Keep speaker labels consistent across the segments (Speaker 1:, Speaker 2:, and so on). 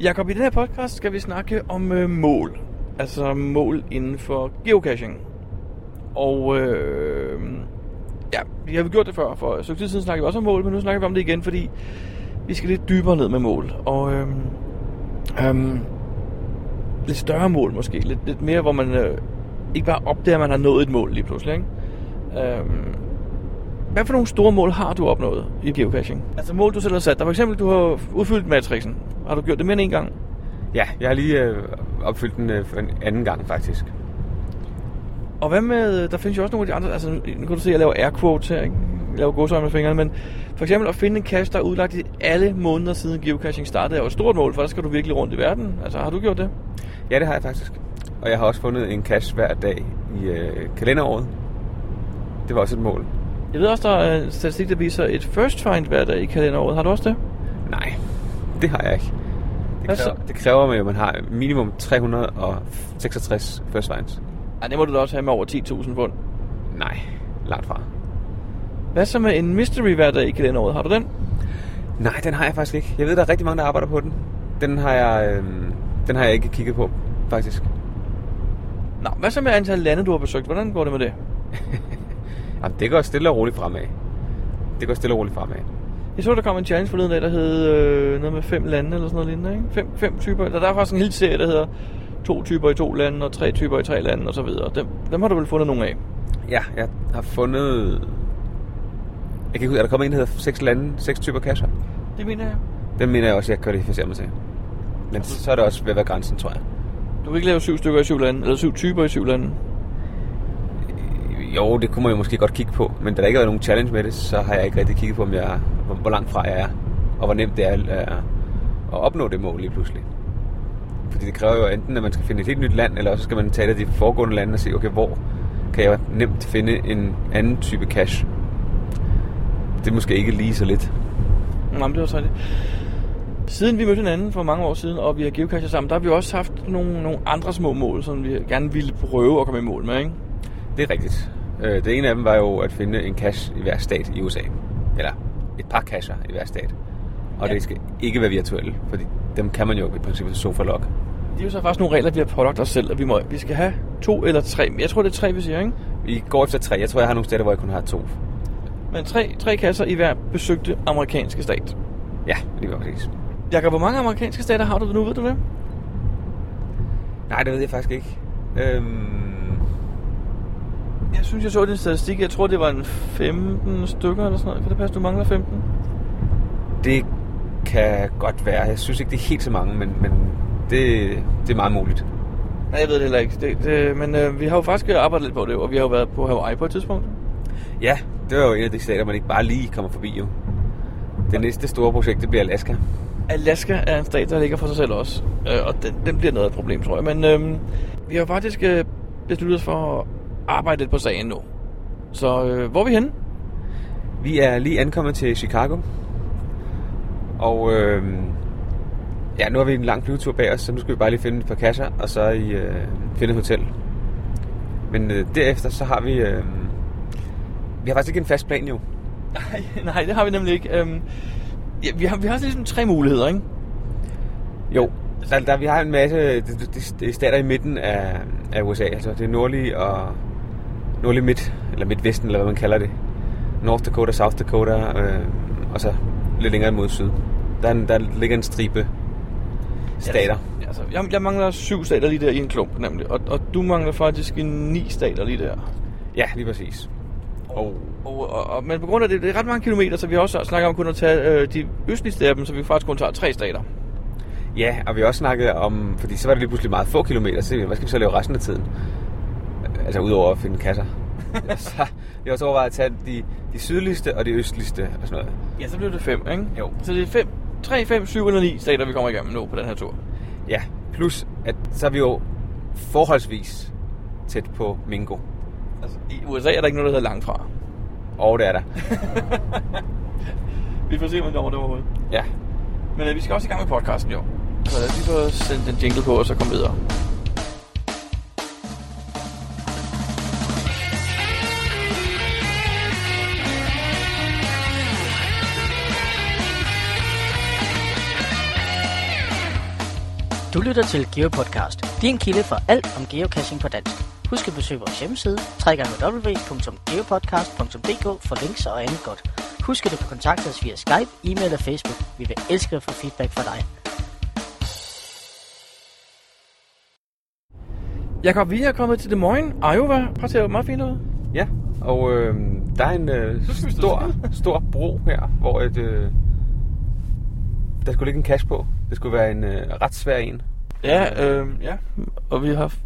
Speaker 1: Jakob, i den her podcast skal vi snakke om øh, mål. Altså mål inden for geocaching. Og øh, ja, vi har gjort det før. For et stykke tid siden snakkede vi også om mål, men nu snakker vi om det igen, fordi vi skal lidt dybere ned med mål. Og øh, øh, lidt større mål måske. Lidt, lidt mere, hvor man øh, ikke bare opdager, at man har nået et mål lige pludselig. Ikke? Øh, hvad for nogle store mål har du opnået i geocaching? Altså mål, du selv har sat dig. For eksempel, du har udfyldt matrixen. Har du gjort det mere end en gang?
Speaker 2: Ja, jeg har lige øh, opfyldt den øh, for en anden gang faktisk.
Speaker 1: Og hvad med, der findes jo også nogle af de andre, altså nu nu kan du se, at jeg laver air quotes her, ikke? Jeg laver godsøjne med fingrene, men for eksempel at finde en cache, der er udlagt i alle måneder siden geocaching startede, er jo et stort mål, for der skal du virkelig rundt i verden. Altså har du gjort det?
Speaker 2: Ja, det har jeg faktisk. Og jeg har også fundet en cash hver dag i øh, kalenderåret. Det var også et mål.
Speaker 1: Jeg ved også, der er en statistik, der viser et first find hver dag i kalenderåret. Har du også det?
Speaker 2: Nej, det har jeg ikke.
Speaker 1: Hvad
Speaker 2: Det
Speaker 1: så?
Speaker 2: kræver, det kræver at man har minimum 366 first lines.
Speaker 1: Nej, det må du da også have med over 10.000 pund.
Speaker 2: Nej, langt fra.
Speaker 1: Hvad så med en mystery hver dag i kalenderåret? Har du den?
Speaker 2: Nej, den har jeg faktisk ikke. Jeg ved, der er rigtig mange, der arbejder på den. Den har jeg, øh, den har jeg ikke kigget på, faktisk.
Speaker 1: Nå, hvad så med antal lande, du har besøgt? Hvordan går det med det?
Speaker 2: Jamen, det går stille og roligt fremad. Det går stille og roligt fremad.
Speaker 1: Jeg så, der kom en challenge forleden dag, der hed øh, noget med fem lande eller sådan noget lignende, ikke? Fem, fem typer. Der, der er faktisk en hel serie, der hedder to typer i to lande og tre typer i tre lande og så videre. Dem, dem har du vel fundet nogle af?
Speaker 2: Ja, jeg har fundet... Jeg kan ikke huske, er der kommet en, der hedder seks lande, seks typer kasser?
Speaker 1: Det mener jeg.
Speaker 2: Den mener jeg også, jeg kvalificerer mig til. Men så er det også ved at være grænsen, tror jeg.
Speaker 1: Du kan ikke lave syv stykker i syv lande, eller syv typer i syv lande.
Speaker 2: Øh, Jo, det kunne man jo måske godt kigge på, men da der ikke har været nogen challenge med det, så har jeg ikke rigtig kigget på, om jeg, hvor, hvor langt fra jeg er, og hvor nemt det er øh, at opnå det mål lige pludselig. Fordi det kræver jo enten, at man skal finde et helt nyt land, eller også skal man tage et af de foregående lande og se, okay, hvor kan jeg nemt finde en anden type cash. Det er måske ikke lige så lidt.
Speaker 1: Nå, men det var så det. Siden vi mødte hinanden for mange år siden, og vi har geocacher sammen, der har vi også haft nogle, nogle andre små mål, som vi gerne ville prøve at komme i mål med, ikke?
Speaker 2: Det er rigtigt. Øh, Det ene af dem var jo at finde en cash i hver stat i USA. Eller et par casher i hver stat.
Speaker 1: Ja.
Speaker 2: Og ja. det skal ikke være virtuelle, fordi dem kan man jo i princippet sofa log.
Speaker 1: Det er jo så faktisk nogle regler, vi har pålagt os selv, at vi, må, vi skal have to eller tre. Jeg tror, det er tre, vi siger, ikke?
Speaker 2: I går efter tre. Jeg tror, jeg har nogle steder, hvor jeg kun har to.
Speaker 1: Men tre, tre kasser i hver besøgte amerikanske stat.
Speaker 2: Ja, lige præcis.
Speaker 1: Jakob, hvor mange amerikanske stater har du nu, ved du det?
Speaker 2: Nej, det ved jeg faktisk ikke. Øhm,
Speaker 1: Jeg synes, jeg så din statistik. Jeg tror, det var en 15 stykker eller sådan noget. Kan det passe, du mangler 15?
Speaker 2: det kan godt være. Jeg synes ikke, det er helt så mange, men, men det, det er meget muligt.
Speaker 1: Nej, jeg ved det heller ikke. Det, det, men øh, vi har jo faktisk arbejdet lidt på det, og vi har jo været på Hawaii på et tidspunkt.
Speaker 2: Ja, det var jo en af de stater, man ikke bare lige kommer forbi jo. Det næste store projekt, det bliver Alaska.
Speaker 1: Alaska er en stat, der ligger for sig selv også. Øh, og den, den bliver noget af et problem, tror jeg. Men øh, vi har jo faktisk øh, besluttet os for at arbejde lidt på sagen nu. Så øh, hvor er vi henne?
Speaker 2: Vi er lige ankommet til Chicago. Og øh, ja, nu har vi en lang flyvetur bag os, så nu skal vi bare lige finde et par kasser, og så i, øh, finde et hotel. Men øh, derefter så har vi... Øh, vi har faktisk ikke en fast plan jo.
Speaker 1: Nej, nej, det har vi nemlig ikke. Øhm, ja, vi, har, vi har ligesom tre muligheder, ikke?
Speaker 2: Jo, der, der, vi har en masse... Det, det, det- det er stater i midten af, af USA, altså det nordlige og... Nordlig midt, eller midtvesten, eller hvad man kalder det. North Dakota, South Dakota, øh, og så lidt længere mod syd. Der, er en- der ligger en stribe stater.
Speaker 1: Ja, altså, jeg, jeg mangler syv stater lige der i en klump, nemlig. Og, og du mangler faktisk en ni stater lige der.
Speaker 2: Ja, lige præcis. Og
Speaker 1: Og, og, og, men på grund af det, det er ret mange kilometer, så vi har også snakket om kun at tage øh, de østligste af dem, så vi faktisk kun tager tre stater.
Speaker 2: ja, og vi har også snakket om, fordi så var det lige pludselig meget få kilometer, så tænkte vi, hvad skal vi så lave resten af tiden? Øh, Altså udover at finde kasser. så vi har også overvejet at tage de, de sydligste og de østligste og sådan noget.
Speaker 1: Ja, så bliver det fem, ikke?
Speaker 2: Jo.
Speaker 1: Så det er fem, tre, fem, syv eller ni stater, vi kommer igennem nu på den her tur.
Speaker 2: Ja, plus at så er vi jo forholdsvis tæt på Mingo.
Speaker 1: Altså, i USA er der ikke noget, der hedder langt fra.
Speaker 2: Og det er der.
Speaker 1: Vi får se, om det over det overhovedet.
Speaker 2: Ja,
Speaker 1: Men øh, vi skal også i gang med podcasten, jo. Så lad os lige få sendt den jingle på, og så komme videre.
Speaker 3: Du lytter til GeoPodcast, din kilde for alt om geocaching på dansk. Husk at besøge vores hjemmeside, www.geopodcast.dk for links og andet godt. Husk at du kan kontakte os via Skype, e-mail og Facebook. Vi vil elske at få feedback fra dig.
Speaker 1: Jakob, vi er kommet til Des Moines, Iowa. Prøv at se, hvor meget fint ud.
Speaker 2: Ja, og øh, der er en øh,
Speaker 1: Så skal vi stå
Speaker 2: stor,
Speaker 1: stille.
Speaker 2: stor bro her, hvor et, øh, der skulle ligge en cash på. Det skulle være en øh, ret svær en.
Speaker 1: Ja, øh, ja. Og vi har f-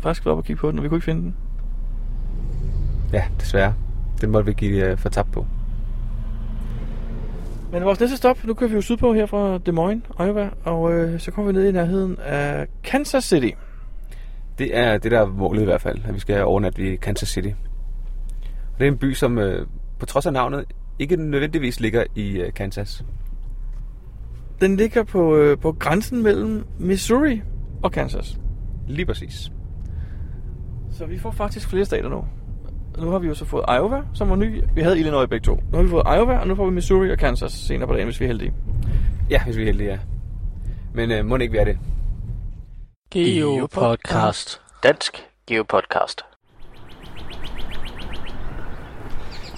Speaker 1: faktisk været op og kigge på den, og vi kunne ikke finde den.
Speaker 2: Ja, desværre. Den måtte vi give øh, for tab på.
Speaker 1: Men vores næste stop, nu kører vi jo sydpå her fra Des Moines, Iowa, og øh, så kommer vi ned i nærheden af Kansas City.
Speaker 2: Det er det, der er målet i hvert fald, at vi skal overnatte i Kansas City. Og det er en by, som øh, på trods af navnet ikke nødvendigvis ligger i øh, Kansas.
Speaker 1: Den ligger på, øh, på grænsen mellem Missouri og Kansas.
Speaker 2: Lige præcis.
Speaker 1: Så vi får faktisk flere stater nu. Nu har vi jo så fået Iowa, som var ny. Vi havde Illinois begge to. Nu har vi fået Iowa, og nu får vi Missouri og Kansas senere på dagen, hvis vi er heldige.
Speaker 2: Ja, hvis vi er heldige, ja. Men øh, må det ikke være det.
Speaker 3: GeoPodcast. Dansk GeoPodcast.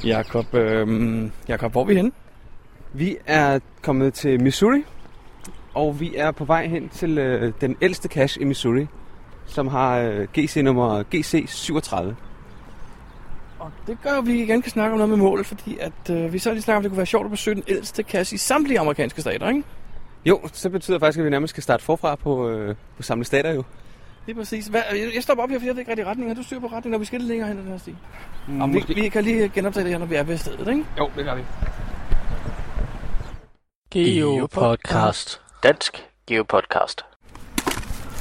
Speaker 1: Jakob, øh, Jakob hvor er vi henne?
Speaker 2: Vi er kommet til Missouri, og vi er på vej hen til øh, den ældste cache i Missouri, som har øh, GC-nummer GC37.
Speaker 1: Og det gør, at vi igen kan snakke om noget med mål, fordi at, øh, vi så lige snakker om, at det kunne være sjovt at besøge den ældste kasse i samtlige amerikanske stater, ikke?
Speaker 2: Jo, så betyder det faktisk, at vi nærmest skal starte forfra på, øh, på samle stater jo.
Speaker 1: Det er præcis. Hvad, jeg- jeg stopper op her, for jeg ved ikke rigtig retning. Har du styr på retningen, når vi skal lidt længere hen ad den her sti? Mm, vi,
Speaker 2: måske.
Speaker 1: vi, kan lige genoptage det her, når vi er ved stedet, ikke?
Speaker 2: Jo, det gør vi.
Speaker 1: E
Speaker 3: GeoPodcast. E Dansk GeoPodcast.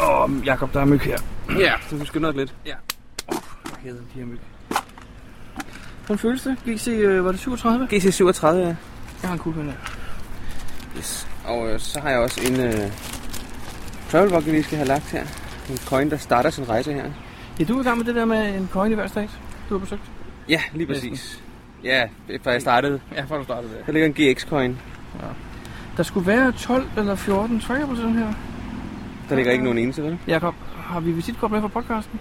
Speaker 1: Åh, oh, Jakob, der er myg her.
Speaker 2: Ja, så du skynder dig lidt. Ja.
Speaker 1: Hvad hedder de her myg? Hvordan føles det? GC, øh, var det 37?
Speaker 2: GC37, ja.
Speaker 1: Jeg har en kuglepen her.
Speaker 2: Yes. Og øh, så har jeg også en øh, travel bucket, vi skal have lagt her. En coin, der starter sin rejse her.
Speaker 1: Ja, du er i gang med det der med en coin i hver stat, du har besøgt.
Speaker 2: Ja, lige
Speaker 1: Næsten.
Speaker 2: præcis. Ja, fra jeg startede.
Speaker 1: Ja, før du startede det.
Speaker 2: Der ligger en GX-coin.
Speaker 1: Der skulle være 12 eller 14 tracker på sådan her.
Speaker 2: Der ligger ikke nogen eneste, vel?
Speaker 1: Jakob, har vi visitkort med fra podcasten?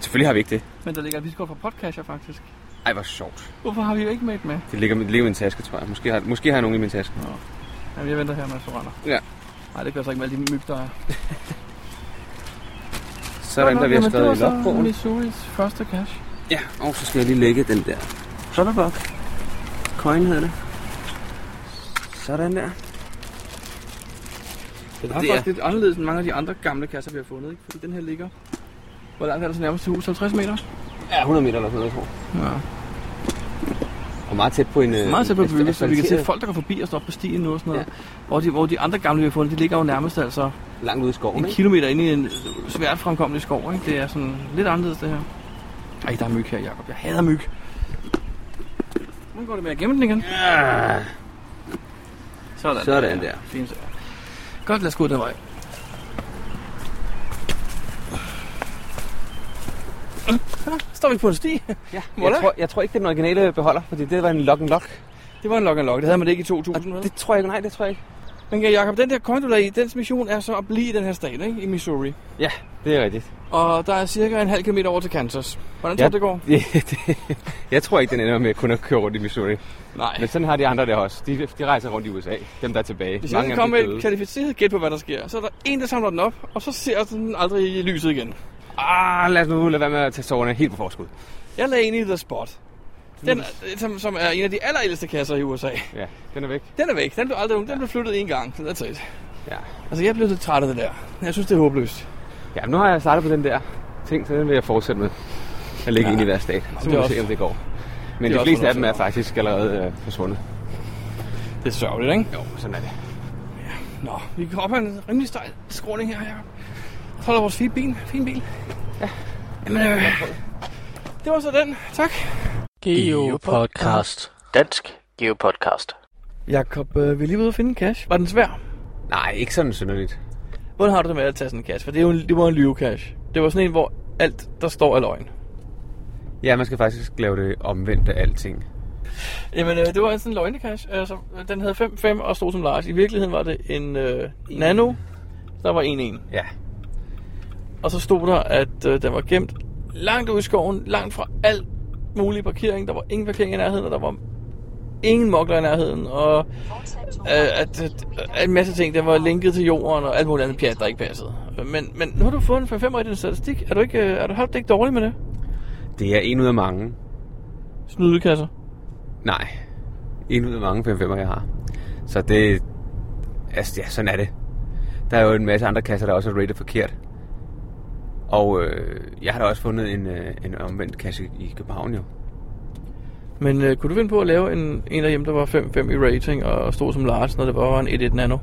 Speaker 2: Selvfølgelig har vi ikke det.
Speaker 1: Men der ligger et visitkort fra podcaster faktisk.
Speaker 2: Ej, hvor sjovt.
Speaker 1: Hvorfor har vi jo ikke med et med?
Speaker 2: Det ligger, det ligger i min taske, tror jeg. Måske har, måske har jeg nogen i min taske.
Speaker 1: Jamen, jeg venter her, mens du render.
Speaker 2: Ja.
Speaker 1: Nej, det gør jeg så ikke med alle de myg, der er.
Speaker 2: Så er der en, der vi har skrevet i
Speaker 1: Det var så
Speaker 2: logbogen.
Speaker 1: Missouris første cash.
Speaker 2: Ja, og så skal jeg lige lægge den der travel bucket. Coin hedder det. Sådan der.
Speaker 1: Den er
Speaker 2: Det er-
Speaker 1: faktisk lidt anderledes end mange af de andre gamle kasser, vi har fundet. Ikke? Fordi den her ligger... Hvor langt er der så nærmest til hus? 50 meter?
Speaker 2: Ja, 100 meter eller sådan noget, tror jeg.
Speaker 1: Ja.
Speaker 2: Og meget tæt på en... øh,
Speaker 1: Meget tæt på
Speaker 2: en
Speaker 1: bygget, så vi kan se
Speaker 2: asfalteret-
Speaker 1: folk, der går forbi og står på stien nu og sådan noget. altså, Ja. Hvor, de, hvor de andre gamle, vi har fundet, de ligger jo nærmest altså
Speaker 2: Langt ude i skoven,
Speaker 1: en
Speaker 2: ikke?
Speaker 1: kilometer inde i en svært fremkommelig skov. Ikke? Det er sådan lidt anderledes, det her. Ej, der er myg her, Jacob. Jeg hader myg. Hvordan går det med at gemme den igen?
Speaker 2: Ja.
Speaker 1: Sådan.
Speaker 2: Sådan der.
Speaker 1: Fint så. Godt, lad os gå den vej. Ah, Står vi på en sti?
Speaker 2: Ja, jeg
Speaker 1: Voilà.
Speaker 2: tror, jeg tror ikke, det er den originale beholder, fordi det var en lock and lock.
Speaker 1: Det var en lok and lock. Det havde man ikke i
Speaker 2: Og
Speaker 1: 2000.
Speaker 2: det tror jeg ikke, nej, det tror jeg ikke.
Speaker 1: Men Jacob, den der coin, du lagde i, dens mission er så at blive i den her stat, ikke? I Missouri.
Speaker 2: Ja, det er rigtigt.
Speaker 1: Og der er cirka en halv kilometer over til Kansas. Hvordan tror
Speaker 2: Ja.
Speaker 1: du, det går?
Speaker 2: jeg tror ikke, den ender med kun at køre rundt i Missouri.
Speaker 1: Nej.
Speaker 2: Men sådan har de andre der også. De, de rejser rundt i USA. Dem, der er tilbage.
Speaker 1: Hvis jeg
Speaker 2: Mange
Speaker 1: kan
Speaker 2: af
Speaker 1: komme
Speaker 2: dem
Speaker 1: med
Speaker 2: er
Speaker 1: et
Speaker 2: døde.
Speaker 1: kvalificeret gæt på, hvad der sker, så er der en, der samler den op, og så ser den aldrig i lyset igen.
Speaker 2: Ah, lad os nu lade være med at tage sårene helt på forskud.
Speaker 1: Jeg lagde en i The Spot. Den, øh, som, som er en af de allerældste kasser i USA.
Speaker 2: Ja, den er væk.
Speaker 1: Den er væk. Den blev aldrig Den blev flyttet en gang. That's it.
Speaker 2: Ja.
Speaker 1: Altså, jeg blev lidt træt af det der. Jeg synes, det er håbløst.
Speaker 2: ja, men nu har jeg startet på den der ting, så den vil jeg fortsætte med. Jeg ligger
Speaker 1: Ja.
Speaker 2: ja. ind i hver stat. Så
Speaker 1: det
Speaker 2: må
Speaker 1: er
Speaker 2: vi se,
Speaker 1: også-
Speaker 2: om det går.
Speaker 1: er
Speaker 2: Men de
Speaker 1: også
Speaker 2: fleste af dem er
Speaker 1: fornuftigt.
Speaker 2: faktisk allerede øh, forsvundet.
Speaker 1: Det er sørgeligt, ikke?
Speaker 2: Jo, sådan er det.
Speaker 1: Nå, vi kan op ad en rimelig stejl skråning her, Jacob. Så holder vores fine bil. Fin bil. Ja. Jamen, øh, det var så den. Tak. E
Speaker 3: GeoPodcast. E Dansk GeoPodcast.
Speaker 1: Jakob, øh, vi er lige ude at finde en cash. Var den svær?
Speaker 2: Nej, ikke sådan synderligt.
Speaker 1: Hvordan har du det med at tage sådan en cash? For det, er jo en, det var en lyvekash. Det var sådan en, hvor alt, der står, er løgn.
Speaker 2: Ja, man skal faktisk lave det omvendt af alting.
Speaker 1: Jamen, øh, det var sådan en løgnekash. Altså, den havde 5-5 og stod som Lars. I virkeligheden var det en øh, Nano, Der var en en.
Speaker 2: Ja.
Speaker 1: Og så stod der, at øh, den var gemt langt ude i skoven, langt fra al mulig parkering. Der var ingen parkering i nærheden, og der var ingen mokler i nærheden. Og øh, at, at, at en masse ting, den var linket til jorden og alt muligt andet pjat, der ikke passede. Men, men nu har du fået en 5 i din statistik. Er du ikke, øh, er du, har du det ikke dårligt med det?
Speaker 2: Det er en ud af mange.
Speaker 1: Snydekasser.
Speaker 2: Nej. En ud af mange 5'er, jeg har. Så det... Altså, ja, sådan er det. Der er jo en masse andre kasser, der også er rated forkert. Og øh, jeg har da også fundet en, øh, en omvendt kasse i København, jo.
Speaker 1: Men øh, kunne du finde på at lave en, en derhjemme, der var 5-5 i rating og stod som Lars, når det var en 1-1 nano?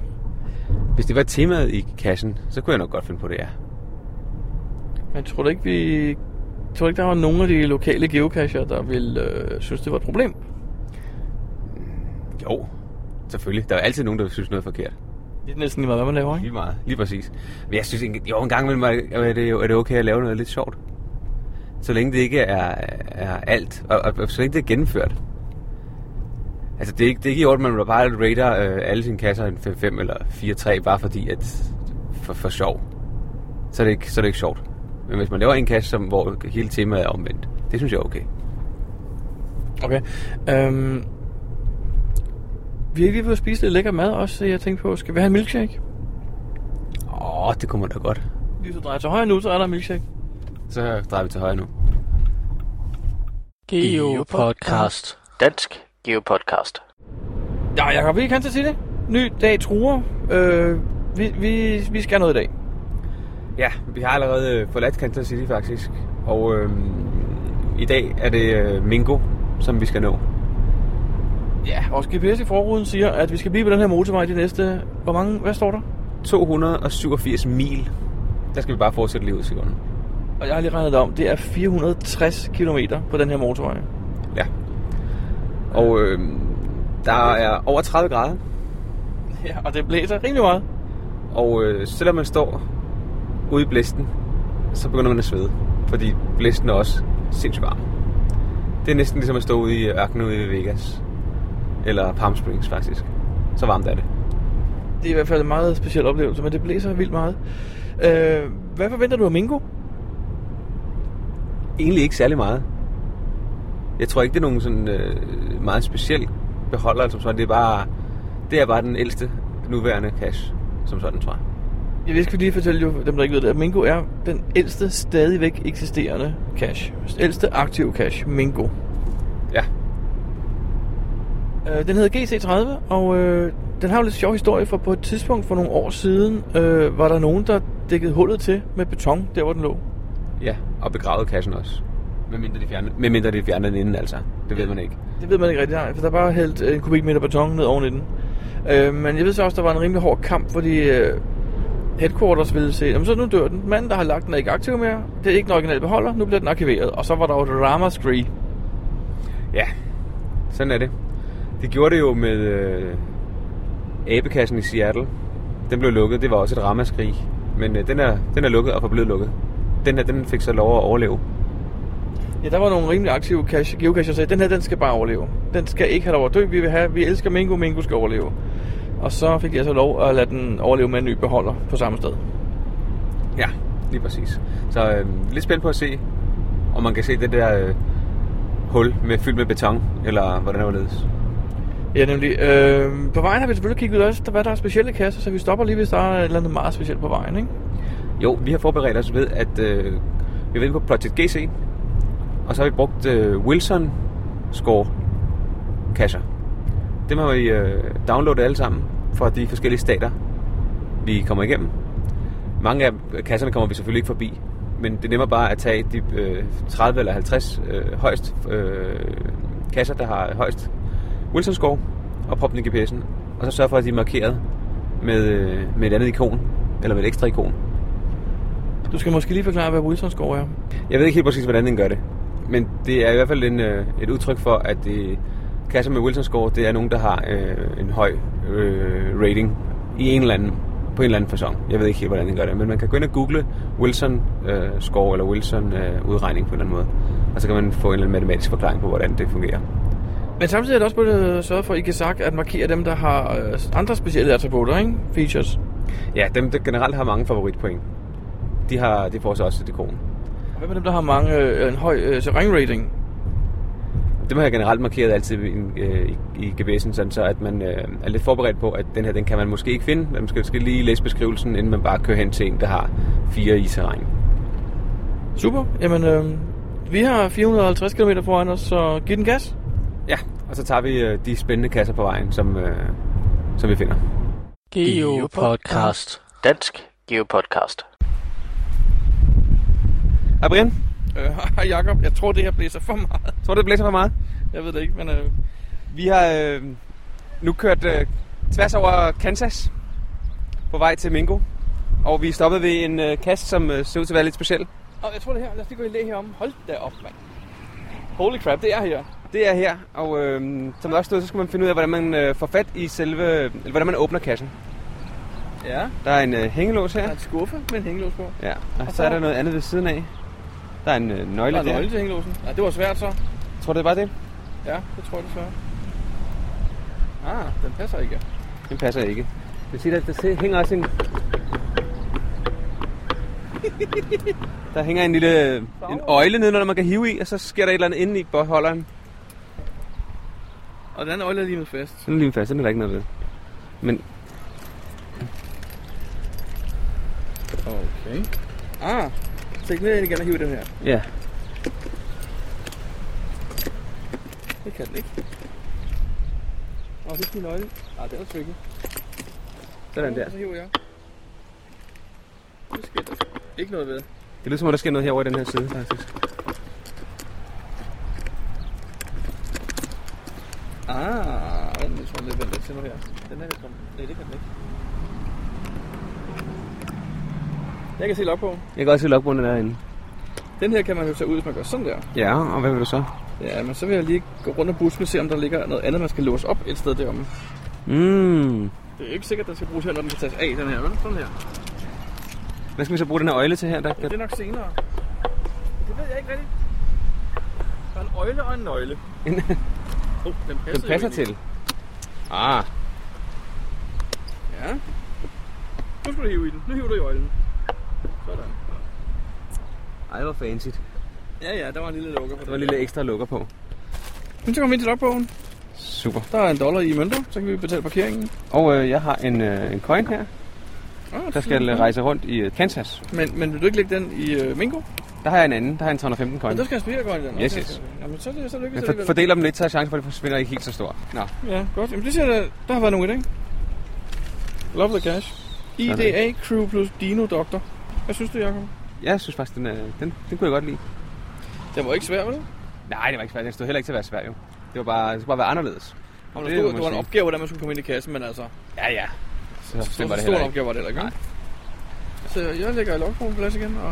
Speaker 2: Hvis det var temaet i kassen, så kunne jeg nok godt finde på det, ja.
Speaker 1: Men tror du ikke, vi... Tror du ikke, der var nogen af de lokale geocacher, der ville øh, synes, det var et problem?
Speaker 2: Jo, selvfølgelig. Der er jo altid nogen, der synes noget er forkert.
Speaker 1: Det er næsten lige meget, hvad man laver, ikke?
Speaker 2: Lige meget. Lige præcis. Men jeg synes, en- jo, en gang imellem er er det, jo- er det okay at lave noget lidt sjovt. Så længe det ikke er, er alt, og, og, og, så længe det er gennemført. Altså, det er ikke, det er ikke i orden, at man bare rater øh, alle sine kasser en 5-5 eller 4-3, bare fordi, at for, for sjov. Så er, det ikke, så er det ikke sjovt. Men hvis man laver en kasse, som, hvor hele temaet er omvendt, det synes jeg er okay.
Speaker 1: Okay. Øhm, vi har ikke lige fået spist lidt lækker mad også, så jeg tænkte på, skal vi have en milkshake?
Speaker 2: Åh, oh, det kommer da godt.
Speaker 1: Hvis du drejer til højre nu, så er der en milkshake.
Speaker 2: Så drejer vi til højre nu.
Speaker 1: E
Speaker 3: Geopodcast. Dansk Geopodcast.
Speaker 1: Ja, Jacob, vi kan til sige det. Ny dag truer. Øh, vi, vi, vi skal noget i dag.
Speaker 2: Ja, vi har allerede øh, forladt Kansas City faktisk. Og øhm, i dag er det øh, Mingo, som vi skal nå.
Speaker 1: Ja, vores GPS i forruden siger, at vi skal blive på den her motorvej de næste... Hvor mange... Hvad står der?
Speaker 2: 287 mil. Der skal vi bare fortsætte lige ud i sekunden.
Speaker 1: Og jeg har lige regnet det om. Det er 460 km på den her motorvej.
Speaker 2: Ja. Og øhm, der er over 30 grader.
Speaker 1: Ja, og det blæser rimelig meget.
Speaker 2: Og øh, selvom man står ude i blæsten, så begynder man at svede. Fordi blæsten er også sindssygt varm. Det er næsten ligesom at stå ude i ørkenen ude i Vegas. Eller Palm Springs faktisk. Så varmt er det.
Speaker 1: Det er i hvert fald en meget speciel oplevelse, men det blæser vildt meget. Øh, hvad forventer du af Mingo?
Speaker 2: Egentlig ikke særlig meget. Jeg tror ikke, det er nogen sådan øh, meget speciel beholder, som sådan. Det er bare, det er bare den ældste nuværende cash, som sådan, tror jeg.
Speaker 1: Jeg vil skal lige fortælle jo, dem, der ikke ved det, at Mingo er den ældste stadigvæk eksisterende cash. Ældste aktiv cash, Mingo.
Speaker 2: Ja,
Speaker 1: Øh, den hedder GC30, og øh, den har jo lidt sjov historie, for på et tidspunkt for nogle år siden, øh, var der nogen, der dækkede hullet til med beton, der hvor den lå.
Speaker 2: ja. Og begravet cashen også. Medmindre de fjerner, medmindre de fjerner den inden, altså. Det ved man ikke.
Speaker 1: Det ved man ikke rigtig, nej, for der er bare hældt øh, en kubikmeter beton ned oven i den. Øh, men jeg ved så også, der var en rimelig hård kamp, fordi øh, headquarters ville se, jamen så nu dør den. Manden, der har lagt den, er ikke aktiv mere. Det er ikke den originale beholder, nu bliver den arkiveret. Og så var der jo et ramaskrig.
Speaker 2: Ja, sådan er det. Det gjorde det jo med øh, abekassen i Seattle. Den blev lukket, det var også et ramaskrig. Men øh, den, er, den er lukket og forblevet lukket. Den her, den fik så lov at overleve.
Speaker 1: Ja, der var nogle rimelig aktive cash, geocacher, der sagde, den her, den skal bare overleve. Den skal ikke have lov at dø, vi vil have, vi elsker Mingo, Mingo skal overleve. Og så fik jeg så lov at lade den overleve med en ny beholder på samme sted.
Speaker 2: Ja, lige præcis. Så øh, lidt spændt på at se, om man kan se det der øh, hul med, fyldt med beton, eller hvordan det var ledes.
Speaker 1: Ja, nemlig. Øh, på vejen har vi selvfølgelig kigget også, der, hvad der er specielle kasser, så vi stopper lige, hvis der er et eller andet meget specielt på vejen, ikke?
Speaker 2: Jo, vi har forberedt os ved, at øh, vi har været på Project GC, og så har vi brugt øh, Wilson Score kasser. Dem har vi øh, downloadet alle sammen fra de forskellige stater, vi kommer igennem. Mange af kasserne kommer vi selvfølgelig ikke forbi, men det er nemmere bare at tage de øh, 30 eller 50 øh, højst øh, kasser, der har højst Wilson Score, og proppe den i GPS'en, og så sørge for, at de er markeret med, øh, med et andet ikon, eller med et ekstra ikon.
Speaker 1: Du skal måske lige forklare, hvad Wilsonskov er.
Speaker 2: Jeg ved ikke helt præcis, hvordan den gør det. Men det er i hvert fald en, øh, et udtryk for, at det, kasser med Wilson score, det er nogen, der har øh, en høj øh, rating i en eller anden, på en eller anden fasong. Jeg ved ikke helt, hvordan den gør det. Men man kan gå ind og google Wilson øh, score eller Wilson øh, udregning på en eller anden måde. Og så kan man få en eller anden matematisk forklaring på, hvordan det fungerer.
Speaker 1: Men samtidig er det også blevet sørget for, at I kan sagt, at markere dem, der har øh, andre specielle attributter, ikke? Features.
Speaker 2: Ja, dem der generelt har mange favoritpoint. De, har, de får så også dekoren.
Speaker 1: Og Hvem er dem, der har mange, øh, en høj øh, terrænrating?
Speaker 2: Dem har jeg generelt markeret altid i, en, øh, i, i GPS'en, sådan så at man øh, er lidt forberedt på, at den her, den kan man måske ikke finde. Man skal, skal lige læse beskrivelsen, inden man bare kører hen til en, der har fire i terræn.
Speaker 1: Super. Jamen, øh, vi har 450 km foran os, så giv den gas.
Speaker 2: Ja, og så tager vi øh, de spændende kasser på vejen, som, øh, som vi finder.
Speaker 3: Geopodcast. Dansk Geopodcast.
Speaker 2: Hej Brian,
Speaker 1: Øh, hej Jacob, jeg tror, det her blæser for meget.
Speaker 2: tror du, det blæser for meget?
Speaker 1: Jeg ved det ikke, men øh,
Speaker 2: Vi har øh, nu kørt øh, tværs over Kansas på vej til Mingo. Og vi er stoppet ved en øh, kasse, som øh, ser ud til at være lidt speciel.
Speaker 1: og jeg tror det her. Lad os lige gå i læ herom. Hold da op, mand. Holy crap, det er her.
Speaker 2: Det er her, og øh, som der også stod, så skal man finde ud af, hvordan man øh, får fat i selve, eller hvordan man åbner kassen.
Speaker 1: Ja.
Speaker 2: Der er en øh, hængelås
Speaker 1: Der er
Speaker 2: her,
Speaker 1: en skuffe med en hængelås på.
Speaker 2: ja. og så er der noget andet ved siden af. Der er en øh,
Speaker 1: Der
Speaker 2: nøgle
Speaker 1: er en
Speaker 2: der.
Speaker 1: nøgle til hængelåsen. Ja, det var svært så.
Speaker 2: Tror du, det er bare det?
Speaker 1: Ja, det tror jeg desværre. Ah, den passer ikke.
Speaker 2: Den passer ikke. Det vil sige, der, der se- hænger også en... Der hænger en lille øh, en øjle nedenunder, man kan hive i, og så sker der et eller andet inde i beholderen.
Speaker 1: Og den øjle er lige med fast.
Speaker 2: Den er lige fast, den er der ikke noget ved. Men
Speaker 1: Okay. Ah, tænk ned igen og hive den her.
Speaker 2: ja,
Speaker 1: Det kan den ikke. Åh, det er din nøgle. Ah, det er tricky.
Speaker 2: sådan der.
Speaker 1: Så hiver jeg. Det sker der ikke noget ved.
Speaker 2: Det lyder som om, der sker noget herovre i den her side, faktisk.
Speaker 1: Ah, vent lidt, vent lidt, vent lidt. Se nu her. Den her kan komme. Nej, det kan den ikke. Jeg kan se log på.
Speaker 2: Jeg kan også se logbunden derinde.
Speaker 1: Den her kan man jo tage ud, hvis man gør sådan der.
Speaker 2: Ja, og hvad vil du så?
Speaker 1: Ja, men så vil jeg lige gå rundt og buske og se, om der ligger noget andet, man skal låse op et sted deromme.
Speaker 2: Mm.
Speaker 1: Det er jo ikke sikkert, at den skal bruges her, når den kan tages af, den her. Vel? Sådan her.
Speaker 2: Hvad skal vi så bruge den her øjle til her? Der?
Speaker 1: Ja, det er nok senere. Det ved jeg ikke rigtigt. Der er en øjle og en nøgle. oh, den passer,
Speaker 2: Den
Speaker 1: jo
Speaker 2: passer
Speaker 1: egentlig.
Speaker 2: til. Ah,
Speaker 1: Ja. Nu skal du hive i den. Nu hiver du i øjlen. Sådan.
Speaker 2: ej hvor fancy.
Speaker 1: Ja, ja, der var en lille lukker på
Speaker 2: Der var en lille ekstra lukker på.
Speaker 1: Men så kommer vi ind til logbogen.
Speaker 2: Super.
Speaker 1: Der er en dollar i mønter, så kan vi betale parkeringen.
Speaker 2: Og øh, jeg har en, øh, en coin her,
Speaker 1: Ah,
Speaker 2: der skal øh, rejse rundt i øh, Kansas.
Speaker 1: Men, men vil du ikke lægge den i øh, Mingo?
Speaker 2: Der har jeg en anden. Der har jeg en 315
Speaker 1: Men
Speaker 2: coin.
Speaker 1: der skal jeg spille godt i den.
Speaker 2: Yes,
Speaker 1: Okay,
Speaker 2: yes.
Speaker 1: okay. Jamen, så, er det- så lykkes
Speaker 2: Men
Speaker 1: det
Speaker 2: for,
Speaker 1: alligevel.
Speaker 2: fordeler dem lidt, så er chancen for, at det forsvinder ikke helt så stor. Nå,
Speaker 1: Ja, godt. Jamen, det siger der, der har været nogen i dag. Love the cash. IDA Crew plus Dino Doctor. Hvad synes du, Jacob?
Speaker 2: jeg synes faktisk, den, øh, den, den kunne jeg godt lide.
Speaker 1: Det var ikke svært, vel?
Speaker 2: Nej, det var ikke svært. Den stod heller ikke til at være svær, jo. Det var bare, det skulle bare være anderledes.
Speaker 1: Om der
Speaker 2: Det
Speaker 1: stod,
Speaker 2: må
Speaker 1: at
Speaker 2: man
Speaker 1: det var en
Speaker 2: sige.
Speaker 1: opgave, hvordan man skulle komme ind i kassen, men altså,
Speaker 2: Ja, ja. Så,
Speaker 1: så
Speaker 2: så
Speaker 1: stor
Speaker 2: var det
Speaker 1: en
Speaker 2: heller ikke.
Speaker 1: opgave var det heller ikke.
Speaker 2: Nej.
Speaker 1: vel? Så jeg lægger i logbogen på plads igen, og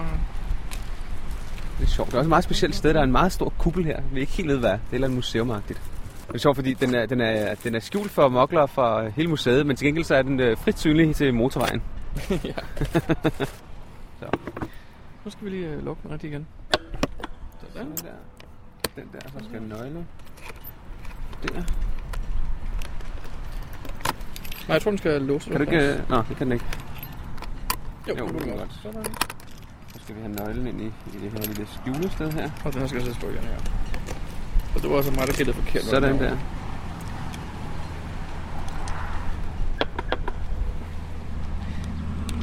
Speaker 2: Det er sjovt. Det er også et meget specielt sted. Der er en meget stor kuppel her. Vi er ikke helt ved hvad. Det er et eller andet museumagtigt. Det er sjovt, fordi den er, den er, den er skjult for moklere fra hele museet, men til gengæld så er den øh, frit synlig til motorvejen.
Speaker 1: nu skal vi lige øh, lukke den rigtig igen. Sådan.
Speaker 2: der. Den der, så skal nøgle. Der.
Speaker 1: Nej, jeg tror, den skal låse.
Speaker 2: Kan du ikke... øh, Nå, det kan den ikke.
Speaker 1: Jo,
Speaker 2: Jo,
Speaker 1: jo
Speaker 2: det
Speaker 1: du
Speaker 2: kan
Speaker 1: godt.
Speaker 2: godt.
Speaker 1: Sådan.
Speaker 2: Så skal vi have nøglen ind i, i det her lille skjulested her.
Speaker 1: Og den her skal jeg sætte på igen her. Og det var altså mig, der gættede forkert. når
Speaker 2: Sådan
Speaker 1: den
Speaker 2: der.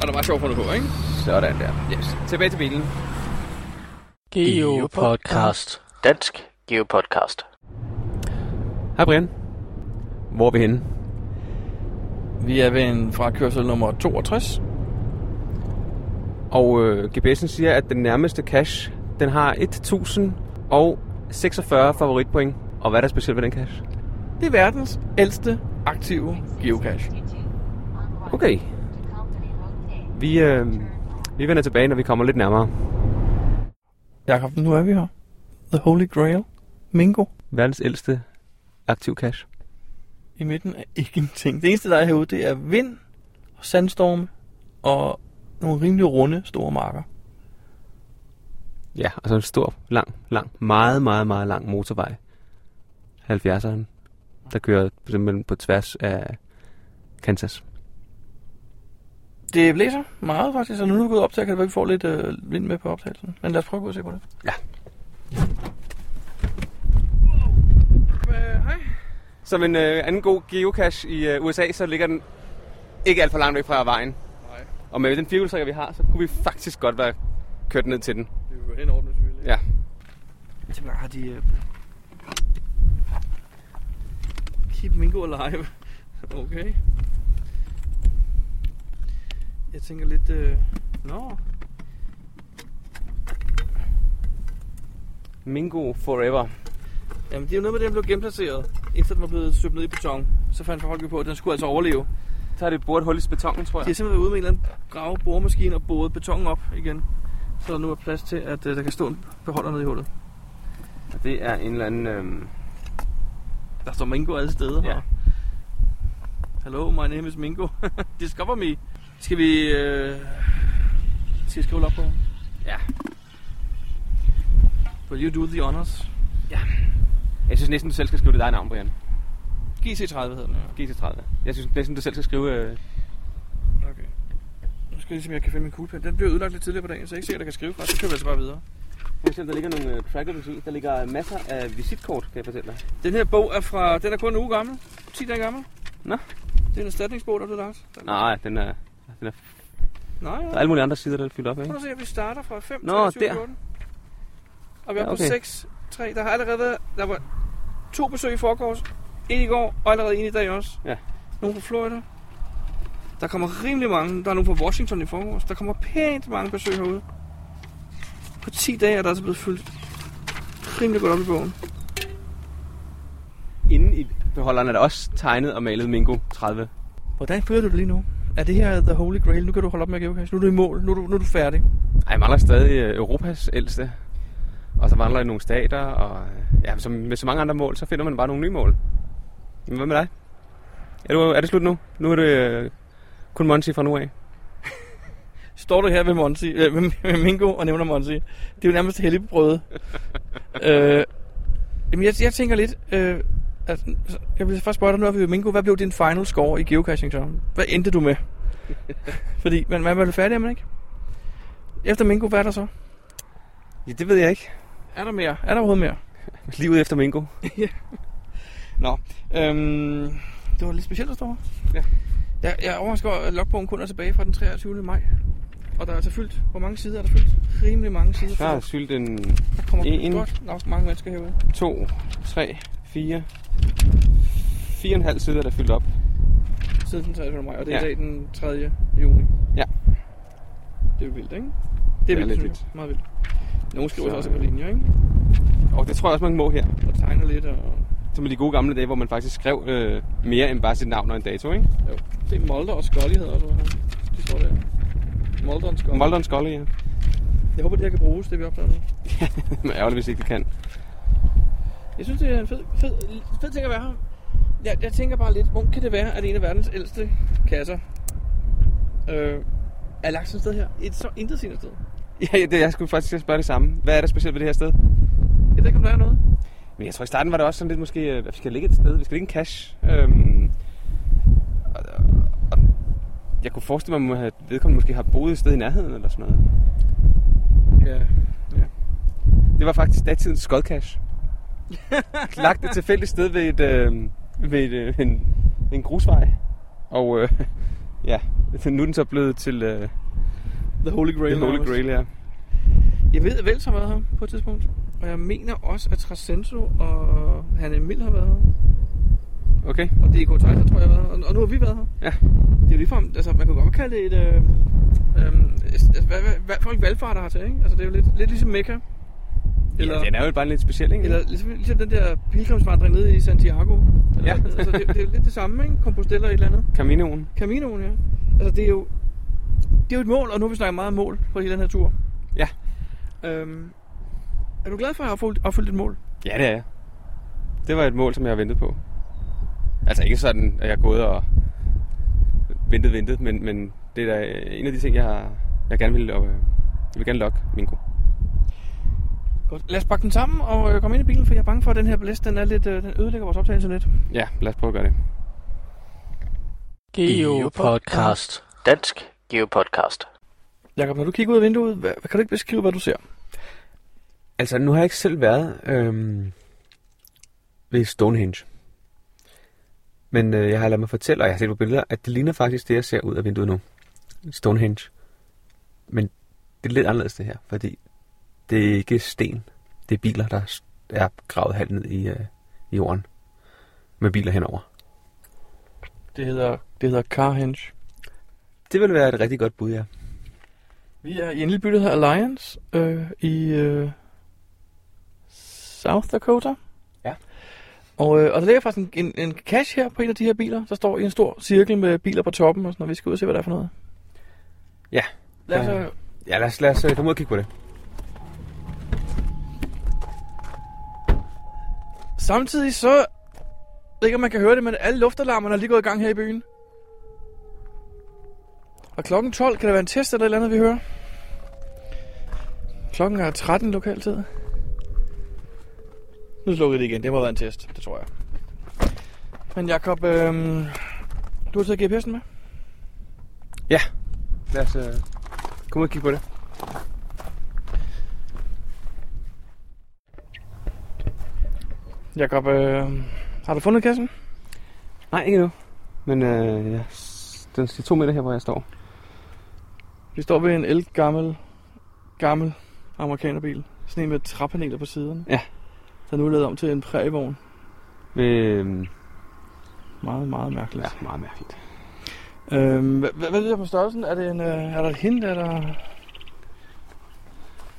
Speaker 1: Og der var sjovt fundet på, ikke?
Speaker 2: Sådan der. Yes. Tilbage til bilen.
Speaker 1: E
Speaker 3: Geopodcast. Dansk Geopodcast.
Speaker 2: Hej Brian. Hvor er vi henne?
Speaker 1: Vi er ved en frakørsel nummer 62.
Speaker 2: Og øh, GPS'en siger, at den nærmeste cache, den har 1046 favoritpoint. Og hvad er der specielt ved den cache?
Speaker 1: Det er verdens ældste aktive geocache.
Speaker 2: Okay. Vi, øh, vi vender tilbage, når vi kommer lidt nærmere.
Speaker 1: Jakob, nu er vi her. The Holy Grail. Mingo.
Speaker 2: Verdens ældste aktiv cache.
Speaker 1: I midten er ingenting. Det eneste, der er herude, det er vind og sandstorme og nogle rimelig runde, store marker.
Speaker 2: Ja, og så en stor, lang, lang, meget, meget, meget lang motorvej. 70'eren, der kører simpelthen på tværs af Kansas.
Speaker 1: Det blæser meget faktisk, så nu er vi gået op til, kan det være, vi får lidt øh, vind med på optagelsen. Men lad os prøve at gå og se på det.
Speaker 2: Ja.
Speaker 1: Øh, hej.
Speaker 2: Som en øh, anden god geocache i øh, USA, så ligger den ikke alt for langt væk fra vejen.
Speaker 1: Nej,
Speaker 2: Og med den firehjulstrækker, vi har, så kunne vi faktisk godt være kørt ned til den.
Speaker 1: det er jo hen over den selvfølgelig.
Speaker 2: Ja.
Speaker 1: Tænk, hvor har de... Øh... Keep Mingo alive. Okay. Jeg tænker lidt... Øh... Nå.
Speaker 2: Mingo forever.
Speaker 1: Jamen, det er jo noget med, at den blev genplaceret. Indtil den var blevet søbt ned i beton, så fandt folk jo på, at den skulle altså overleve.
Speaker 2: Så har det boret hul i betongen, tror
Speaker 1: De har
Speaker 2: jeg.
Speaker 1: simpelthen været ude med en eller anden grave boremaskine og boret betongen op igen. Så der nu er plads til, at øh, der kan stå en beholder nede i hullet.
Speaker 2: Det er en eller anden... Øh...
Speaker 1: Der står Mingo alle steder.
Speaker 2: Ja.
Speaker 1: Ja. Hello, my name is Mingo. Discover me. Skal vi... Øh... Skal jeg skrive op på?
Speaker 2: Ja.
Speaker 1: Will you do the honors?
Speaker 2: Jeg synes næsten, du selv skal skrive det dig navn, Brian.
Speaker 1: GC30 hedder den, ja.
Speaker 2: GT30. Jeg synes næsten, du selv skal skrive... Øh...
Speaker 1: Okay. Nu skal jeg ligesom, jeg kan finde min kuglepen. Den blev ødelagt lidt tidligere på dagen, så jeg er ikke sikkert, at jeg kan skrive fra. Så køber jeg så bare videre.
Speaker 2: Jeg selv, der ligger nogle øh, tracker, du kan se. Der ligger masser af visitkort, kan jeg fortælle dig.
Speaker 1: Den her bog er fra... Den er kun en uge gammel. 10 dage gammel.
Speaker 2: Nå.
Speaker 1: Det er en erstatningsbog, der blev lagt. Den-
Speaker 2: Nej, den er... Den er
Speaker 1: Nej,
Speaker 2: der er alle mulige andre sider, der er fyldt op,
Speaker 1: Prøv
Speaker 2: ikke?
Speaker 1: at se, at vi starter fra 5
Speaker 2: Nå,
Speaker 1: til 20,
Speaker 2: der.
Speaker 1: 14. Og vi er
Speaker 2: Ja,
Speaker 1: oppe
Speaker 2: okay.
Speaker 1: på 6, 3. Der har allerede været, der var to besøg i forgårs, en i går, og allerede en i dag også.
Speaker 2: Ja.
Speaker 1: Nogle fra Florida. Der kommer rimelig mange. Der er nogle fra Washington i forgårs. Der kommer pænt mange besøg herude. På 10 dage er der altså blevet fyldt rimelig godt op i bogen.
Speaker 2: Inde i beholderen er der også tegnet og malet Mingo 30.
Speaker 1: Hvordan føler du det lige nu? Er det her The Holy Grail? Nu kan du holde op med at geocache. Nu er du i mål. Nu er du, nu er du færdig.
Speaker 2: Ej, jeg mangler stadig øh, Europas ældste. Og så mangler jeg nogle stater, og øh, ja, som med så mange andre mål, så finder man bare nogle nye mål. Men hvad med dig? Er, du, er det slut nu? Nu er det øh, kun Monty fra nu af.
Speaker 1: står du her ved, Monty, øh, med, med Mingo og nævner Monty. Det er jo nærmest helligbrøde. øh, jamen, jeg, jeg tænker lidt... Øh, at, jeg vil først spørge dig, nu er vi ved Mingo. Hvad blev din final score i geocaching så? Hvad endte du med? Fordi, men man var jo færdig, er man ikke? Efter Mingo, hvad er der så?
Speaker 2: Ja, det ved jeg ikke.
Speaker 1: Er der mere? Er der overhovedet mere?
Speaker 2: Livet efter Mingo.
Speaker 1: Nå, øhm, det var lidt specielt at stå her.
Speaker 2: Ja.
Speaker 1: Jeg, jeg er overrasket over, at logbogen kun er tilbage fra den 23. maj. Og der er altså fyldt. Hvor mange sider er der fyldt? Rimelig mange sider.
Speaker 2: Jeg har
Speaker 1: fyldt.
Speaker 2: sylt en
Speaker 1: Der kommer
Speaker 2: en-
Speaker 1: godt nok mange mennesker herude.
Speaker 2: 2, 3, 4, 4,5 sider, der er fyldt op.
Speaker 1: siden den 23. maj, og det er
Speaker 2: Ja.
Speaker 1: ja. i dag den 3. juni.
Speaker 2: Ja.
Speaker 1: Det er jo vildt, ikke?
Speaker 2: Det er lidt
Speaker 1: synes jeg.
Speaker 2: vildt.
Speaker 1: Meget vildt. Nogle skriver
Speaker 2: Så,
Speaker 1: så, også
Speaker 2: øh,
Speaker 1: på linjer, ikke?
Speaker 2: Og det tror jeg også, man må her.
Speaker 1: Og tegner lidt, og
Speaker 2: Som i de gode gamle dage, hvor man faktisk skrev øh, mere end bare sit navn og en dato, ikke?
Speaker 1: jo. Det er Molder og Scully hedder det, han. Det står der. Molder og Scully.
Speaker 2: Molder en skolde, ja.
Speaker 1: Jeg håber, det her kan bruges, det vi opdager nu.
Speaker 2: Men ærgerligt, hvis ikke det kan.
Speaker 1: Jeg synes, det er en fed, fed, fed ting at være her. Jeg, jeg tænker bare lidt, hvor kan det være, at en af verdens ældste kasser øh, er lagt sådan et sted her? Et så intetsigende sted.
Speaker 2: Ja, ja, det, jeg skulle faktisk til at spørge det samme. Hvad er der specielt ved det her sted?
Speaker 1: Jeg tænker, om der er noget.
Speaker 2: Men jeg tror i starten var det også sådan lidt måske, øh, at vi skal ligge et sted, vi skal ligge en cash. Øhm, og, og, jeg kunne forestille mig, at man må have- vedkommende måske har boet et sted i nærheden eller sådan noget.
Speaker 1: Ja.
Speaker 2: Det var faktisk datidens skodcash. Lagt et tilfældigt sted ved, et, øh, ved et, øh, en, en grusvej. Og øh, ja, nu er den så blevet til øh,
Speaker 1: The Holy Grail.
Speaker 2: The Holy
Speaker 1: nærmest.
Speaker 2: Grail, ja.
Speaker 1: Jeg ved, at Vels har været her på et tidspunkt. Og jeg mener også, at Trasenso og Hanne Emil har været her.
Speaker 2: Okay.
Speaker 1: Og DK Tejser, tror jeg, har været her. Og- Og nu har vi været her.
Speaker 2: Ja.
Speaker 1: Det er jo ligefrem, altså man kunne godt kalde det et... Øh, øh, altså, hvad, hvad, hvad, folk valgfarter hertil, ikke? Altså det er jo lidt, lidt ligesom Mekka.
Speaker 2: Eller, ja, den er jo bare lidt speciel, ikke?
Speaker 1: Eller ligesom, ligesom den der pilgrimsvandring nede i Santiago. Eller,
Speaker 2: Ja.
Speaker 1: altså, det, det er lidt det samme, ikke? Compostela og et eller andet.
Speaker 2: Caminoen.
Speaker 1: Caminoen, ja. Altså, det er jo, det er jo et mål, og nu har vi snakket meget om mål på hele den her tur.
Speaker 2: Ja.
Speaker 1: Øhm, er du glad for at have opfyldt, opfyldt et mål?
Speaker 2: Ja, det er jeg. Det var et mål, som jeg har ventet på. Altså ikke sådan, at jeg er gået og ventet, ventet, men, men det er da en af de ting, jeg, har, jeg gerne vil, og øh, jeg vil gerne lokke Mingo.
Speaker 1: Godt. Lad os pakke den sammen og øh, komme ind i bilen, for jeg er bange for, at den her blæst, den, er lidt, øh, den ødelægger vores optagelse lidt.
Speaker 2: Ja, lad os prøve at gøre det.
Speaker 3: Geo Podcast. Dansk GeoPodcast.
Speaker 1: Jakob, når du kigger ud af vinduet, hvad, kan du ikke beskrive, hvad du ser?
Speaker 2: Altså, nu har jeg ikke selv været øhm, ved Stonehenge. Men øh, jeg har ladet mig fortælle, og jeg har set på billeder, at det ligner faktisk det, jeg ser ud af vinduet nu. Stonehenge. Men det er lidt anderledes det her, fordi det er ikke sten. Det er biler, der s- er gravet halvt ned i, øh, i jorden. Med biler henover.
Speaker 1: Det hedder, det hedder Carhenge.
Speaker 2: Det vil være et rigtig godt bud, ja.
Speaker 1: Vi er i en lille by, der hedder Alliance, øh, i øh, South Dakota.
Speaker 2: Ja.
Speaker 1: Og, øh, og der ligger faktisk en, en, en cache her på en af de her biler, der står i en stor cirkel med biler på toppen og sådan noget. Vi skal ud og se, hvad det er for noget.
Speaker 2: Ja.
Speaker 1: Lad os,
Speaker 2: Ja.
Speaker 1: øh,
Speaker 2: Ja, lad os, lad os øh, komme ud og kigge på det.
Speaker 1: samtidig så, jeg ved ikke om man kan høre det, men alle luftalarmerne er lige gået i gang her i byen. Og klokken 12 kan der være en test eller et eller andet, vi hører. Klokken er 13 lokaltid. Nu slukkede det igen. Det må have været en test, det tror jeg. Men Jakob, øhm, du har taget GPS'en med?
Speaker 2: Ja. Lad os øh, komme ud og kigge på det.
Speaker 1: Jakob, øh, har du fundet kassen?
Speaker 2: Nej, ikke nu. Men øh, ja, s- den er to meter her, hvor jeg står.
Speaker 1: Vi står ved en elgammel, gammel amerikanerbil. Sådan en med træpaneler på siderne.
Speaker 2: Ja.
Speaker 1: Der nu er lavet om til en prægevogn.
Speaker 2: Øhm,
Speaker 1: Meget, meget mærkeligt.
Speaker 2: ja, meget mærkeligt.
Speaker 1: Ja. Øhm, hvad, hvad lyder på størrelsen? Er, det en, øh, er der et hint? Er der...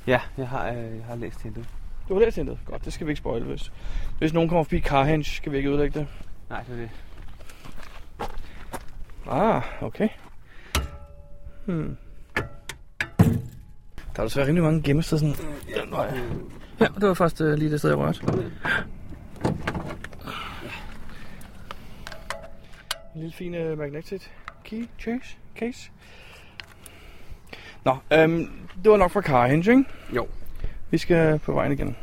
Speaker 2: Ja, jeg har, øh, jeg har læst hentet.
Speaker 1: Du har læst hintet? Godt, det skal vi ikke spoil, hvis. Hvis nogen kommer forbi Carhenge, skal vi ikke ødelægge det.
Speaker 2: Nej, det er det.
Speaker 1: Ah, okay. Hmm. Der er desværre rimelig mange gemmesteder sådan... Ja, nå ja. ja, det var faktisk øh, lige det sted, jeg rørte. En lille fin øh, magnetic key case. case. Nå, øhm, det var nok fra Carhenge, ikke?
Speaker 2: Jo.
Speaker 1: Vi skal på vejen igen.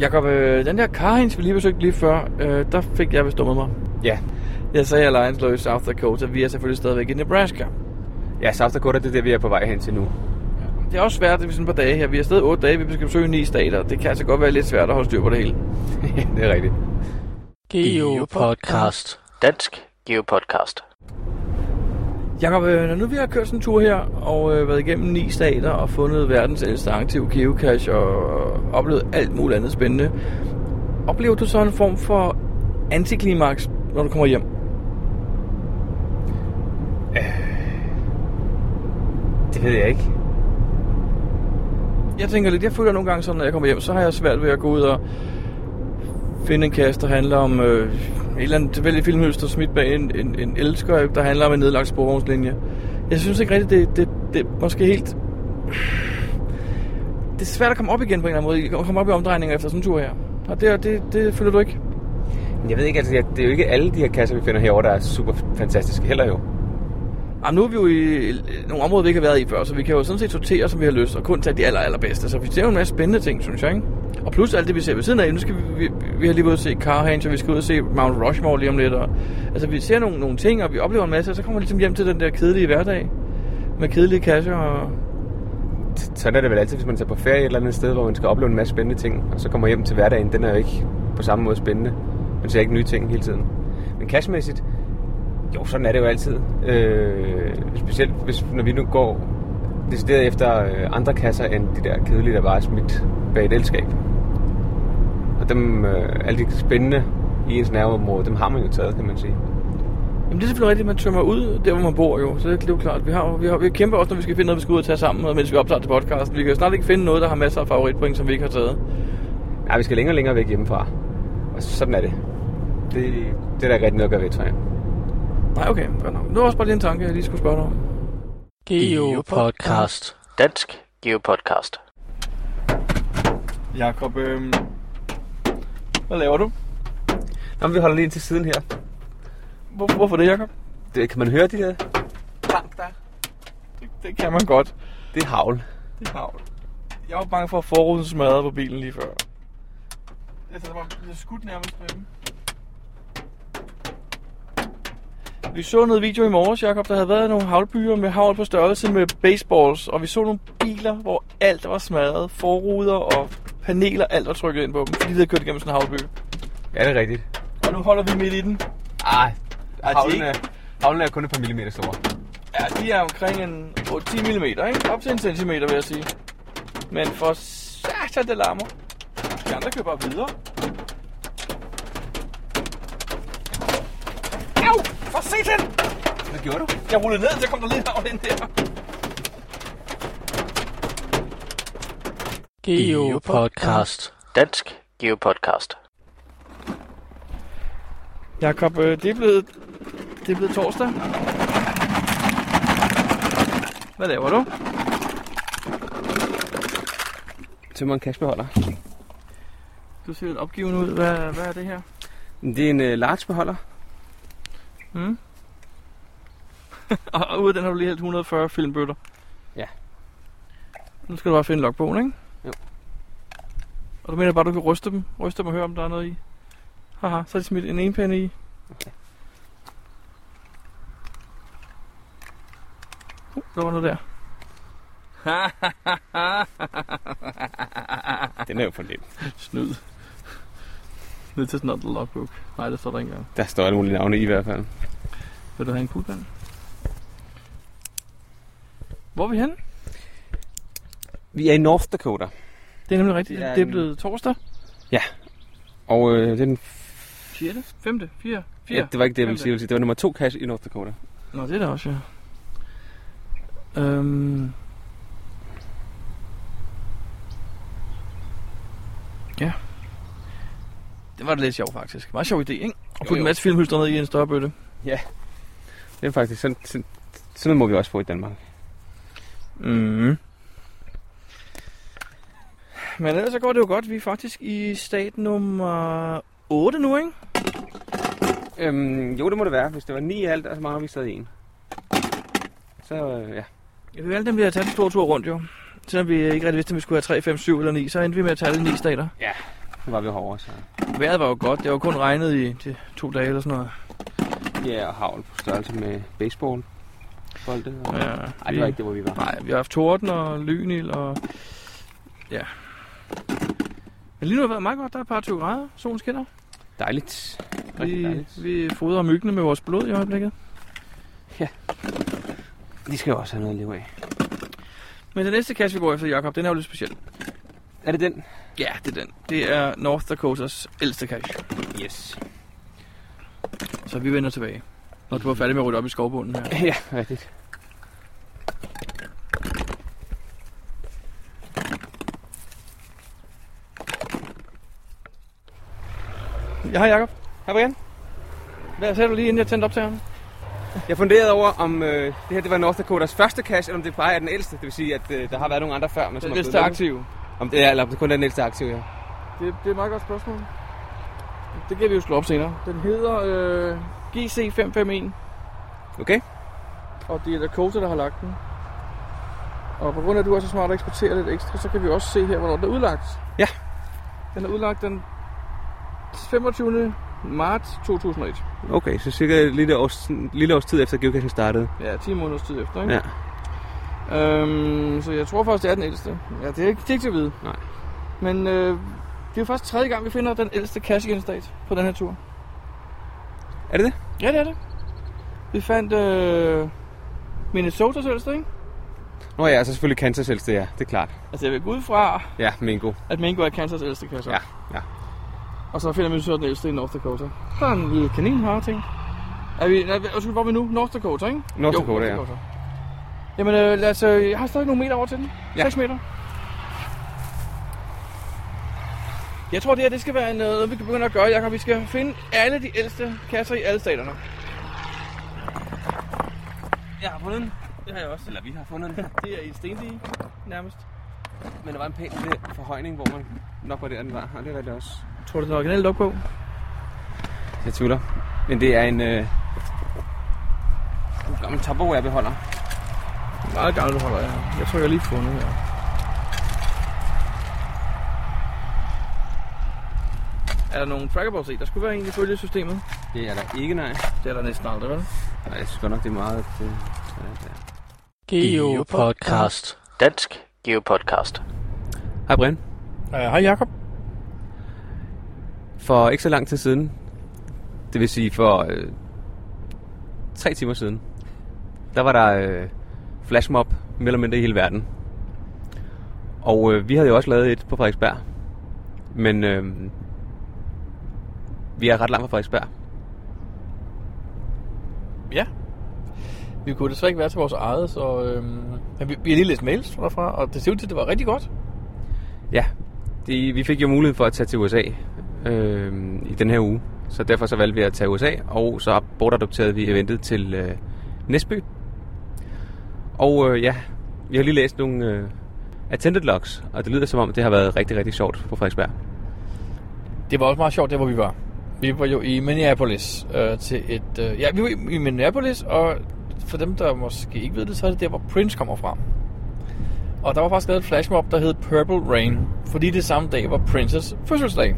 Speaker 1: Jakob, øh, den der Carhenge, vi lige besøgte lige før, øh, der fik jeg bestummet mig.
Speaker 2: Ja.
Speaker 1: Jeg sagde Alliance lå i South Dakota. Vi er selvfølgelig stadigvæk i Nebraska.
Speaker 2: Ja, South Dakota, det er det, vi er på vej hen til nu.
Speaker 1: Det er også svært, at vi er sådan et par dage her. Vi er stadig 8 dage, vi skal besøge 9 stater. Det kan altså godt være lidt svært at holde styr på det hele.
Speaker 2: det er rigtigt.
Speaker 3: GeoPodcast. Dansk GeoPodcast.
Speaker 1: Jakob, øh, når nu vi har kørt sådan en tur her og øh, været igennem ni stater og fundet verdens ældste aktive geocache og oplevet alt muligt andet spændende, oplever du så en form for antiklimaks, når du kommer hjem?
Speaker 2: Det ved jeg ikke.
Speaker 1: Jeg tænker lidt, jeg føler nogle gange sådan, når jeg kommer hjem, så har jeg svært ved at gå ud og finde en kasse, der handler om øh, et eller andet tilfældigt filmhylster smidt bag en, en, en elsker, der handler om en nedlagt sporvognslinje. Jeg synes ikke rigtigt, det, det, det er måske helt... Det er svært at komme op igen på en eller anden måde, at komme op i omdrejninger efter sådan en tur her. Og det, det, det føler du ikke?
Speaker 2: Men Jeg ved ikke, altså, jeg, det er jo ikke alle de her kasser, vi finder herovre, der er super fantastiske heller jo.
Speaker 1: Jamen, nu er vi jo i øh, nogle områder, vi ikke har været i før, så vi kan jo sådan set sortere, som vi har lyst, og kun tage de aller, allerbedste. Så vi ser jo en masse spændende ting, synes jeg, ikke? Og plus alt det, vi ser ved siden af, nu skal vi, vi, vi har lige været ude at se Carhenge, og vi skal ud og se Mount Rushmore lige om lidt. Og, altså, vi ser nogle, nogle ting, og vi oplever en masse, og så kommer vi ligesom hjem til den der kedelige hverdag. Med kedelige kasser og...
Speaker 2: S- Sådan er det vel altid, hvis man tager på ferie et eller andet sted, hvor man skal opleve en masse spændende ting, og så kommer hjem til hverdagen, den er jo ikke på samme måde spændende. Man ser ikke nye ting hele tiden. Men cashmæssigt, jo, sådan er det jo altid. Øh, specielt, hvis, når vi nu går decideret efter øh, andre kasser, end de der kedelige, der bare er smidt bag et elskab. Og dem, øh, alle de spændende i ens nærområde, dem har man jo taget, kan man sige.
Speaker 1: Jamen, det er selvfølgelig rigtigt, man tømmer ud der, hvor man bor jo. Så det, det er jo klart. Vi, har, jo- vi, har, vi kæmper også, når vi skal finde noget, vi skal ud og tage sammen, og mens vi optager til podcasten. Vi kan jo snart ikke finde noget, der har masser af favoritpoint, som vi ikke har taget.
Speaker 2: Nej, vi skal længere og længere væk hjemmefra. Og sådan er det. Det, det er der ikke rigtig noget at gøre ved, tror jeg.
Speaker 1: Nej, okay. Godt nok. Det var også bare lige en tanke, jeg lige skulle spørge dig om.
Speaker 3: GeoPodcast. Dansk GeoPodcast.
Speaker 1: Jakob, øh... hvad laver du?
Speaker 2: Nå, men vi holder lige ind til siden her.
Speaker 1: Hvor, hvorfor det, Jakob?
Speaker 2: Det, kan man høre de der?
Speaker 1: Bank der. Det, det kan man godt.
Speaker 2: Det er havl.
Speaker 1: Det er havl. Jeg var bange for at forruden smadre på bilen lige før. Altså, der var blevet skudt nærmest med dem. Vi så noget video i morges, Jacob, der havde været nogle havlbyer med havl på størrelse med baseballs, og vi så nogle biler, hvor alt var smadret, forruder og paneler, alt var trykket ind på dem, fordi de havde kørt igennem sådan en havlby.
Speaker 4: Ja, det er rigtigt.
Speaker 1: Og nu holder vi midt i den.
Speaker 4: Ah, havlen
Speaker 1: ikke?
Speaker 4: er, havlen er kun et par millimeter store.
Speaker 1: Ja, de er omkring en 8-10 mm, ikke? Op til en centimeter, vil jeg sige. Men for satan, det larmer. De andre kører bare videre. Au! For satan!
Speaker 4: Hvad gjorde du?
Speaker 1: Jeg rullede ned, så kom der lige havl ind der.
Speaker 5: Geopodcast. Dansk Geopodcast.
Speaker 1: Jakob, øh, det er blevet, det er blevet torsdag. Hvad laver du?
Speaker 2: tømmer en kassebeholder.
Speaker 1: Du ser lidt opgivende ud. Hvad, hvad er det her?
Speaker 2: Det er en uh, large beholder.
Speaker 1: Mm? og ud af den har du lige helt 140 filmbøtter.
Speaker 2: Ja.
Speaker 1: Nu skal du bare finde logbogen, ikke?
Speaker 2: Jo.
Speaker 1: Og du mener bare, du kan ryste dem? Ryste dem og høre, om der er noget i? Haha, så har de smidt en enpinde i.
Speaker 2: Okay.
Speaker 1: Uh, der var noget der.
Speaker 4: Den er jo for lidt.
Speaker 1: Snyd. This is not the logbook. Nej, det står der ikke engang.
Speaker 4: Der står alle mulige navne i hvert fald.
Speaker 1: Vil du have en kuglepen? Hvor er vi henne?
Speaker 2: Vi er i North Dakota,
Speaker 1: Det er nemlig rigtigt.
Speaker 2: Det er
Speaker 1: Det er
Speaker 2: en-
Speaker 1: blevet torsdag.
Speaker 2: og øh, det er den...
Speaker 1: 4. 5. 4. 4.
Speaker 2: Ja, det var ikke det, jeg
Speaker 1: Fem
Speaker 2: ville sige. Jeg ville sige, Det var nummer to cash i North Dakota.
Speaker 1: Nå, det er der også, ja. Øhm... Ja. Det var da lidt sjovt, faktisk. Meget sjov idé, ikke? At
Speaker 2: Jo,
Speaker 1: putte en
Speaker 2: jo.
Speaker 1: masse filmhylster ned i en større bøtte.
Speaker 2: Det er faktisk sådan... Sådan, sådan noget må vi også få i Danmark. Mhm.
Speaker 1: Mm. Men ellers så går det jo godt. Vi er faktisk i stat nummer 8 nu, ikke?
Speaker 2: Øhm, jo, det må det være. Hvis det var ni i alt, og så mangler vi stadig en. Så øh, ja.
Speaker 1: Vi valgte nemlig at tage den store tur rundt, jo. Selvom vi ikke rigtig vidste, om vi skulle have 3, 5, 7 eller 9, så endte vi med at tage alle 9 stater.
Speaker 2: Nu var vi hårdere, så...
Speaker 1: Vejret var jo godt. Det var kun regnet i de to dage eller sådan noget.
Speaker 2: Ja, og havl på størrelse med baseball. Bolde. Og...
Speaker 1: Ja,
Speaker 2: Ej, det var ikke det, hvor vi var.
Speaker 1: Nej, vi har haft torden og lynil og... Ja. Men lige nu har det været meget godt. Der er et par 20 grader. Solen skinner.
Speaker 2: Dejligt. Rigtig
Speaker 1: Vi,
Speaker 2: dejligt.
Speaker 1: vi fodrer myggene med vores blod i øjeblikket.
Speaker 2: De skal jo også have noget at leve af.
Speaker 1: Men den næste kasse, vi går efter, Jakob, den er jo lidt speciel.
Speaker 2: Er det den?
Speaker 1: Ja, det er den. Det er North Dakotas ældste cache.
Speaker 2: Yes.
Speaker 1: Så vi vender tilbage. Når du er færdig med at rydde op i skovbunden her.
Speaker 2: ja, rigtigt.
Speaker 1: Ja, hej Jakob.
Speaker 2: Hej, Brian.
Speaker 1: Hvad sagde du lige, inden jeg tændte op til ham?
Speaker 2: Jeg funderede over, om øh, det her det var North Dakotas første cache, eller om det bare er den ældste. Det vil sige, at øh, der har været nogle andre før, men som
Speaker 1: Den
Speaker 2: er
Speaker 1: næste
Speaker 2: blevet
Speaker 1: aktive.
Speaker 2: lukket. Om det, ja, eller om det kun er den ældste aktiv, ja.
Speaker 1: Det, det er et meget godt spørgsmål. Det kan vi jo slå op senere. Den hedder øh, GC551.
Speaker 2: Okay.
Speaker 1: Og det er Dakota, der har lagt den. Og på grund af, at du er så smart at eksportere lidt ekstra, så kan vi også se her, hvornår den er udlagt.
Speaker 2: Ja.
Speaker 1: Den er udlagt den 25. marts 2001.
Speaker 2: Okay, så cirka et lille års, en lille års tid efter geocaching startede.
Speaker 1: Ja, 10 måneders tid efter, ikke? Ja. Øhm, så jeg tror faktisk, det er den ældste. Ja, det er ikke, det er ikke til at vide.
Speaker 2: Nej.
Speaker 1: Men øh, det er faktisk tredje gang, vi finder den ældste cash på den her tur.
Speaker 2: Er det det?
Speaker 1: Ja, det er det. Vi fandt øh, Minnesotas ældste, ikke?
Speaker 2: Nå ja, så selvfølgelig Kansas ældste, ja. Det er klart.
Speaker 1: Altså, jeg vil gå ud fra,
Speaker 2: Ja, Mingo.
Speaker 1: at Mingo er Kansas ældste kasse.
Speaker 2: Ja, ja.
Speaker 1: Og så finder vi så den ældste i North Dakota. Der er en lille kanin her, ting. Er vi, er, vi, undskyld, hvor er vi nu? North Dakota, ikke?
Speaker 2: North
Speaker 1: Jo,
Speaker 2: Dakota, ja.
Speaker 1: Jamen, øh, lad os, øh, jeg har stadig nogle meter over til den.
Speaker 2: Ja.
Speaker 1: 6 meter. Jeg tror, det her det skal være øh, noget, vi kan begynde at gøre, Jacob. Vi skal finde alle de ældste kasser i alle staterne.
Speaker 2: Jeg har fundet den.
Speaker 1: Det har jeg også.
Speaker 2: Eller vi har fundet den.
Speaker 1: Det er i stendige, nærmest.
Speaker 2: Men der var en pæn lille forhøjning, hvor man nok var der, den var. Og det var det også.
Speaker 1: Tror du, det er den originale logbog?
Speaker 2: Jeg tvivler. Men det er en... Øh... God gammel Tupperware-beholder.
Speaker 1: Meget gammel holder jeg. Jeg tror, jeg har lige fundet her. Er der nogle trackerballs i? Der skulle være en ifølge systemet.
Speaker 6: Det er der ikke, nej.
Speaker 1: Det er der næsten aldrig, vel?
Speaker 6: Nej, jeg synes godt nok, det er meget...
Speaker 2: øh,
Speaker 6: Det, ja, det er.
Speaker 3: Geopodcast. Dansk Geopodcast.
Speaker 2: Hej Brian.
Speaker 1: Øh, Hej Jacob.
Speaker 2: For ikke så lang tid siden, det vil sige for øh, tre timer siden, der var der øh, flashmob mere eller mindre i hele verden. Og øh, vi havde jo også lavet et på Frederiksberg. Men øh, vi er ret langt fra Frederiksberg.
Speaker 1: Ja. Vi kunne desværre ikke være til vores eget, så øhm, men vi, vi har lige læst mails derfra, og det ser ud til, at det var rigtig godt.
Speaker 2: Ja, de, vi fik jo mulighed for at tage til USA øh, i den her uge. Så derfor så valgte vi at tage USA, og så bortadopterede vi eventet til øh, Næsby. Og øh, ja, vi har lige læst nogle øh, attended logs, og det lyder som om, det har været rigtig, rigtig sjovt på Frederiksberg.
Speaker 1: Det var også meget sjovt, der hvor vi var. Vi var jo i Minneapolis øh, til et... Øh, ja, vi var i, i Minneapolis, og for dem, der måske ikke ved det, så er det der, hvor Prince kommer fra. Og der var faktisk lavet et flashmob, der hed Purple Rain, fordi det samme dag var Princes fødselsdag.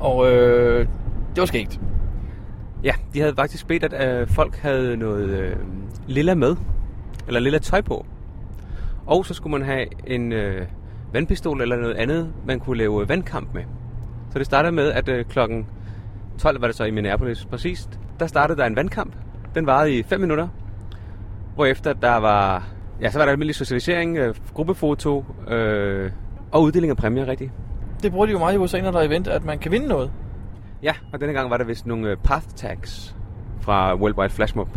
Speaker 1: Og øh, det var skægt.
Speaker 2: Ja, de havde faktisk bedt, at øh, folk havde noget øh, lilla med, eller lilla tøj på. Og så skulle man have en øh, vandpistol eller noget andet, man kunne lave vandkamp med. Så det startede med, at øh, klokken 12 var det så i Minneapolis præcis, der startede der en vandkamp. Den varede i 5 minutter, hvorefter der var, ja, så var der almindelig socialisering, øh, gruppefoto øh, og uddeling af præmier, rigtigt.
Speaker 1: Det bruger de jo meget i USA, når der er event, at man kan vinde noget.
Speaker 2: Ja, og denne gang var der vist nogle øh, path tags fra Worldwide Flashmob.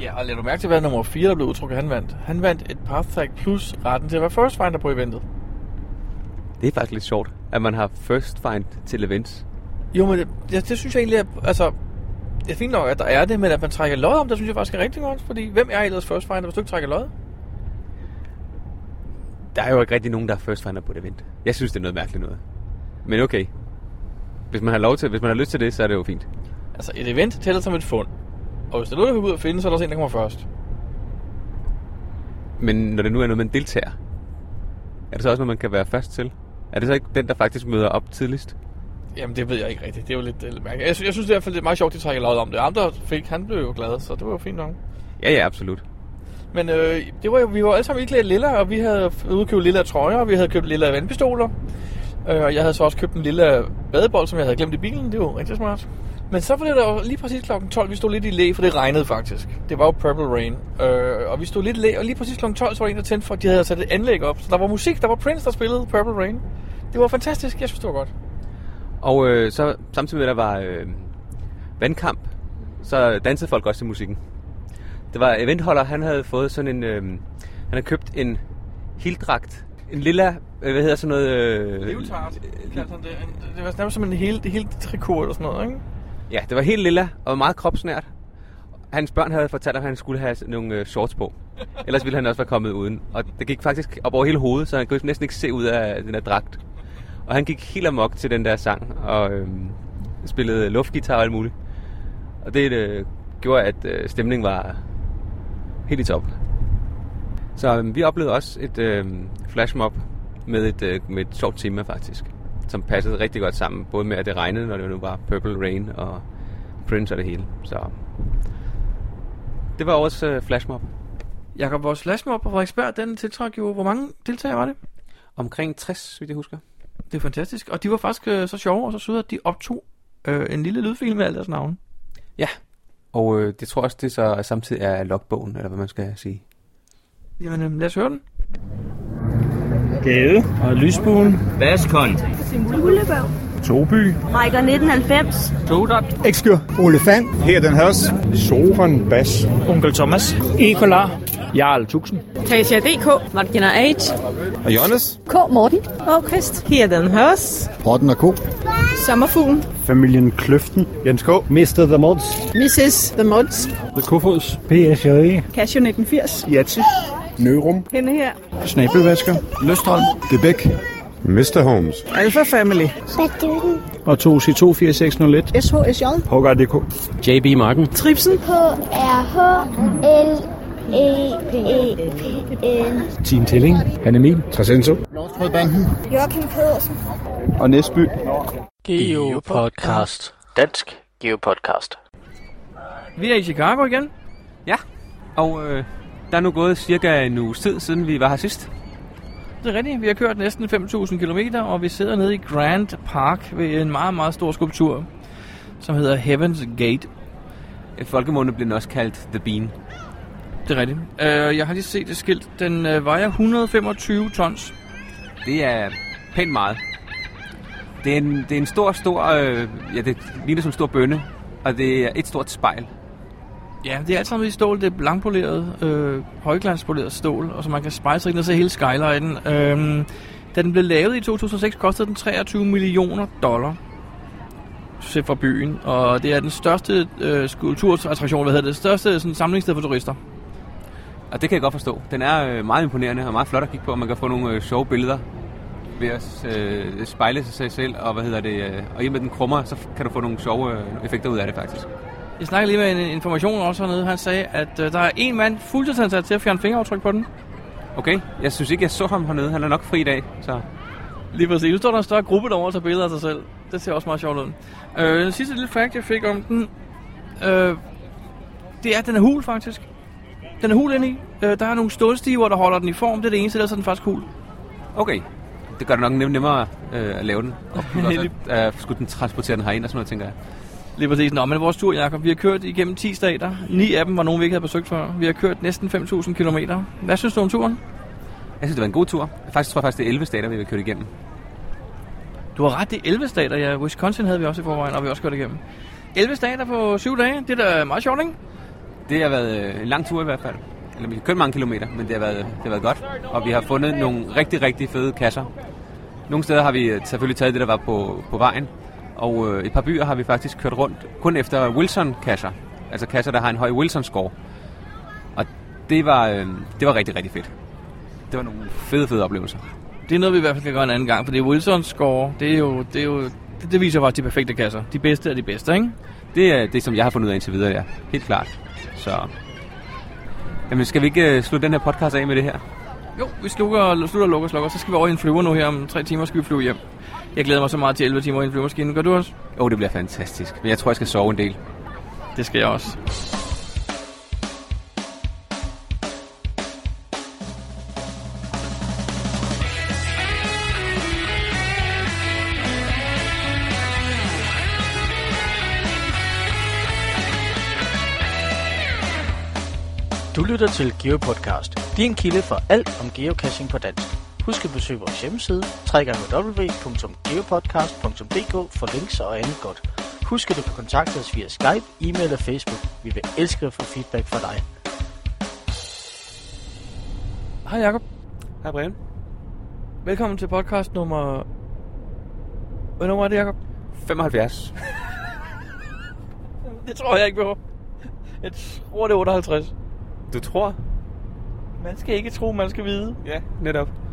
Speaker 1: Ja, og lad du mærke til, hvad nummer 4, der blev udtrykket, han vandt. Han vandt et path tag plus retten til at være first finder på eventet.
Speaker 2: Det er faktisk lidt sjovt, at man har first find til events.
Speaker 1: Jo, men det, det, det synes jeg egentlig, at, altså, det er fint nok, at der er det, men at man trækker lod om, det synes jeg faktisk er rigtig godt, fordi hvem er ellers first finder, hvis du ikke trækker lod?
Speaker 2: Der er jo ikke rigtig nogen, der er first finder på et event. Jeg synes, det er noget mærkeligt noget. Men okay. Hvis man har lov til, hvis man har lyst til det, så er det jo fint.
Speaker 1: Altså, et event tæller som et fund. Og hvis der er noget, du kan ud og finde, så er der også en, der kommer først.
Speaker 2: Men når det nu er noget, man deltager, er det så også noget, man kan være først til? Er det så ikke den, der faktisk møder op tidligst?
Speaker 1: Jamen, det ved jeg ikke rigtigt. Det er jo lidt, det er lidt mærkeligt. Jeg, sy- jeg synes i hvert fald, det er meget sjovt, de trækker lod om det. Andre fik, han blev jo glad, så det var jo fint nok.
Speaker 2: Ja, ja, absolut.
Speaker 1: Men øh, det var, jo- vi var alle sammen iklædt lilla, og vi havde udkøbt lilla trøjer, og vi havde købt lilla vandpistoler. Øh, og jeg havde så også købt en lille badebold, som jeg havde glemt i bilen. Det var rigtig smart. Men så var det der jo lige præcis kl. 12, vi stod lidt i læ, for det regnede faktisk. Det var jo Purple Rain. Øh, og vi stod lidt i læ, og lige præcis kl. 12, så var der en, der tændte for, at de havde sat et anlæg op. Så der var musik, der var Prince, der spillede Purple Rain. Det var fantastisk, jeg synes det var godt.
Speaker 2: Og øh, så samtidig med, at der var øh, vandkamp, så dansede folk også til musikken. Det var eventholder, han havde fået sådan en... Øh, han havde købt en heldragt. En lilla, øh, hvad hedder sådan noget... Øh,
Speaker 1: Leotard, kaldte han det. En- Det var nærmest som en helt, helt trikot eller sådan noget, ikke?
Speaker 2: Ja, det var helt lilla og meget kropsnært. Hans børn havde fortalt, at han skulle have nogle øh, shorts på. Ellers ville han også være kommet uden. Og det gik faktisk op over hele hovedet, så han kunne næsten ikke se ud af den her dragt. Og han gik helt amok til den der sang, og øh, spillede luftgitar og alt muligt. Og det øh, gjorde, at øh, stemningen var helt i top. Så øh, vi oplevede også et øh, flashmob med et, øh, med et sjovt tema faktisk, som passede rigtig godt sammen, både med at det regnede, når det nu var Purple Rain og Prince og det hele. Så det var årets øh, flashmob.
Speaker 1: Jakob, vores flashmob på Frederiksberg, den tiltrak jo, hvor mange deltagere var det?
Speaker 2: Omkring 60, hvis jeg husker.
Speaker 1: Det er fantastisk. Og de var faktisk øh, så sjove og så søde, at de optog øh, en lille lydfilm med alle deres navne.
Speaker 2: Og øh, det tror også, det så samtidig er logbogen, eller hvad man skal sige.
Speaker 1: Jamen, øh, lad os høre den.
Speaker 7: Gade og Lysbuen, Vaskon,
Speaker 8: Ullebørg.
Speaker 7: Toby,
Speaker 8: Rækker 1990.
Speaker 7: Ekskør, Olefant, Herden Hørs, Soren Bas, Onkel Thomas, Ekolar, Jarl Tuxen.
Speaker 8: Tasia DK. E Martina H.
Speaker 9: Og Jonas?
Speaker 8: K. Morten. Åkvist. Herden Hørs.
Speaker 9: Rotten og Ko.
Speaker 8: Sommerfuglen.
Speaker 10: Familien Kløften. Jens K. Mr. The Mods.
Speaker 8: Mrs. The Mods.
Speaker 10: The Kofods. PSJE.
Speaker 8: Casio 1980.
Speaker 10: Jatsi.
Speaker 9: Nørum.
Speaker 8: Hende her.
Speaker 10: Snabelvasker. Løstholm. Gebæk.
Speaker 9: Mr. Holmes.
Speaker 8: Alpha Family.
Speaker 10: Og 2C24601.
Speaker 8: SHSJ.
Speaker 10: Hogger.dk.
Speaker 6: JB Marken.
Speaker 8: Tripsen.
Speaker 10: E
Speaker 11: H-R-H-L-E-E-P-N.
Speaker 10: Team Tilling. Han Emil. Trasenso.
Speaker 11: Joachim Pedersen.
Speaker 10: Og Næsby.
Speaker 3: Geopodcast. Dansk GeoPodcast.
Speaker 1: Vi er i Chicago igen.
Speaker 2: Ja, og øh, der er nu gået cirka en uges tid, siden vi var her sidst.
Speaker 1: Det er rigtigt. Vi har kørt næsten 5.000 km, og vi sidder nede i Grand Park ved en meget, meget stor skulptur, som hedder Heaven's Gate.
Speaker 2: I folkemunde bliver den også kaldt The Bean.
Speaker 1: Det er rigtigt. Øh, jeg har lige set et skilt. Den øh, vejer 125 tons.
Speaker 2: Det er pænt meget. Det er en, det er en stor, stor... Øh, ja, det ligner som en stor bønne. Og det er et stort spejl.
Speaker 1: Ja, det er alt sammen i stål. Det er blankpoleret, øh, højglanspoleret stål, og så man kan spejle sig ind og se hele skylinen. Øh, da den blev lavet i 2006, kostede den 23 millioner dollar set fra byen, og det er den største øh, skulpturattraktion, hvad hedder det, største sådan, samlingssted for turister.
Speaker 2: Og det kan jeg godt forstå. Den er øh, meget imponerende og meget flot at kigge på, og man kan få nogle øh, sjove billeder ved at øh, spejle sig selv, og hvad hedder det, øh, og i og med at den krummer, så kan du få nogle sjove øh, effekter ud af det faktisk.
Speaker 1: Jeg snakkede lige med en information også hernede. Han sagde, at øh, der er en mand fuldtidsansat til at fjerne fingeraftryk på den.
Speaker 2: Okay, jeg synes ikke, jeg så ham hernede. Han er nok fri i dag, så...
Speaker 1: Lige præcis. Nu står der en større gruppe derovre og tager billeder af sig selv. Det ser også meget sjovt ud. Øh, den sidste lille fact, jeg fik om den, øh, det er, at den er hul faktisk. Den er hul indeni. Øh, der er nogle stålstiver, der holder den i form. Det er det eneste, ellers er den faktisk hul.
Speaker 2: Okay, det gør det nok nem- nemmere øh, at lave den. Og også, at, øh, skulle den transportere den herind og sådan noget, tænker jeg.
Speaker 1: Lige præcis. Nå, men vores tur, Jacob. Vi har kørt igennem 10 stater. Ni af dem var nogen, vi ikke havde besøgt før. Vi har kørt næsten 5.000 km. Hvad synes du om turen?
Speaker 2: Jeg synes, det var en god tur. Faktisk tror jeg faktisk, det er 11 stater, vi har kørt igennem.
Speaker 1: Du har ret, det er 11 stater. Ja, Wisconsin havde vi også i forvejen, og vi har også kørt igennem. 11 stater på 7 dage. Det er da meget sjovt, ikke?
Speaker 2: Det har været øh, en lang tur i hvert fald. Eller vi har kørt mange kilometer, men det har, været, det har været godt. Og vi har fundet nogle rigtig, rigtig fede kasser. Nogle steder har vi øh, selvfølgelig taget det, der var på, på vejen. Og øh, et par byer har vi faktisk kørt rundt kun efter Wilson-kasser. Altså kasser, der har en høj Wilson-score. Og det var, øh, det var rigtig, rigtig fedt. Det var nogle fede, fede oplevelser.
Speaker 1: Det er noget, vi i hvert fald kan gøre en anden gang, fordi Wilsons score, det er jo... Det, er jo, det, det viser faktisk de perfekte kasser. De bedste er de bedste, ikke?
Speaker 2: Det er det, som jeg har fundet ud af indtil videre, ja. Helt klart. Så... Jamen, skal vi ikke øh, slutte den her podcast af med det her?
Speaker 1: Jo, vi slukker, slutter, lukker, slukker. Så skal vi over i en flyver nu her. Om tre timer skal vi flyve hjem. Jeg glæder mig så meget til 11 timer i en flyvemaskine. Gør du også?
Speaker 2: Jo, oh, det bliver fantastisk. Men jeg tror, jeg skal sove en del.
Speaker 1: Det skal jeg også.
Speaker 3: Du lytter til GeoPodcast, din kilde for alt om geocaching på dansk. Husk at besøge vores hjemmeside, www.geopodcast.dk for links og andet godt. Husk at du kan kontakte os via Skype, e-mail og Facebook. Vi vil elske at få feedback fra dig.
Speaker 1: Hej Jacob.
Speaker 2: Hej Brian.
Speaker 1: Velkommen til podcast nummer... Hvad nummer er det, Jacob?
Speaker 2: 75.
Speaker 1: Det tror jeg ikke på. Jeg tror, det er 58.
Speaker 2: Du tror?
Speaker 1: Man skal ikke tro, man skal vide.
Speaker 2: Ja, netop.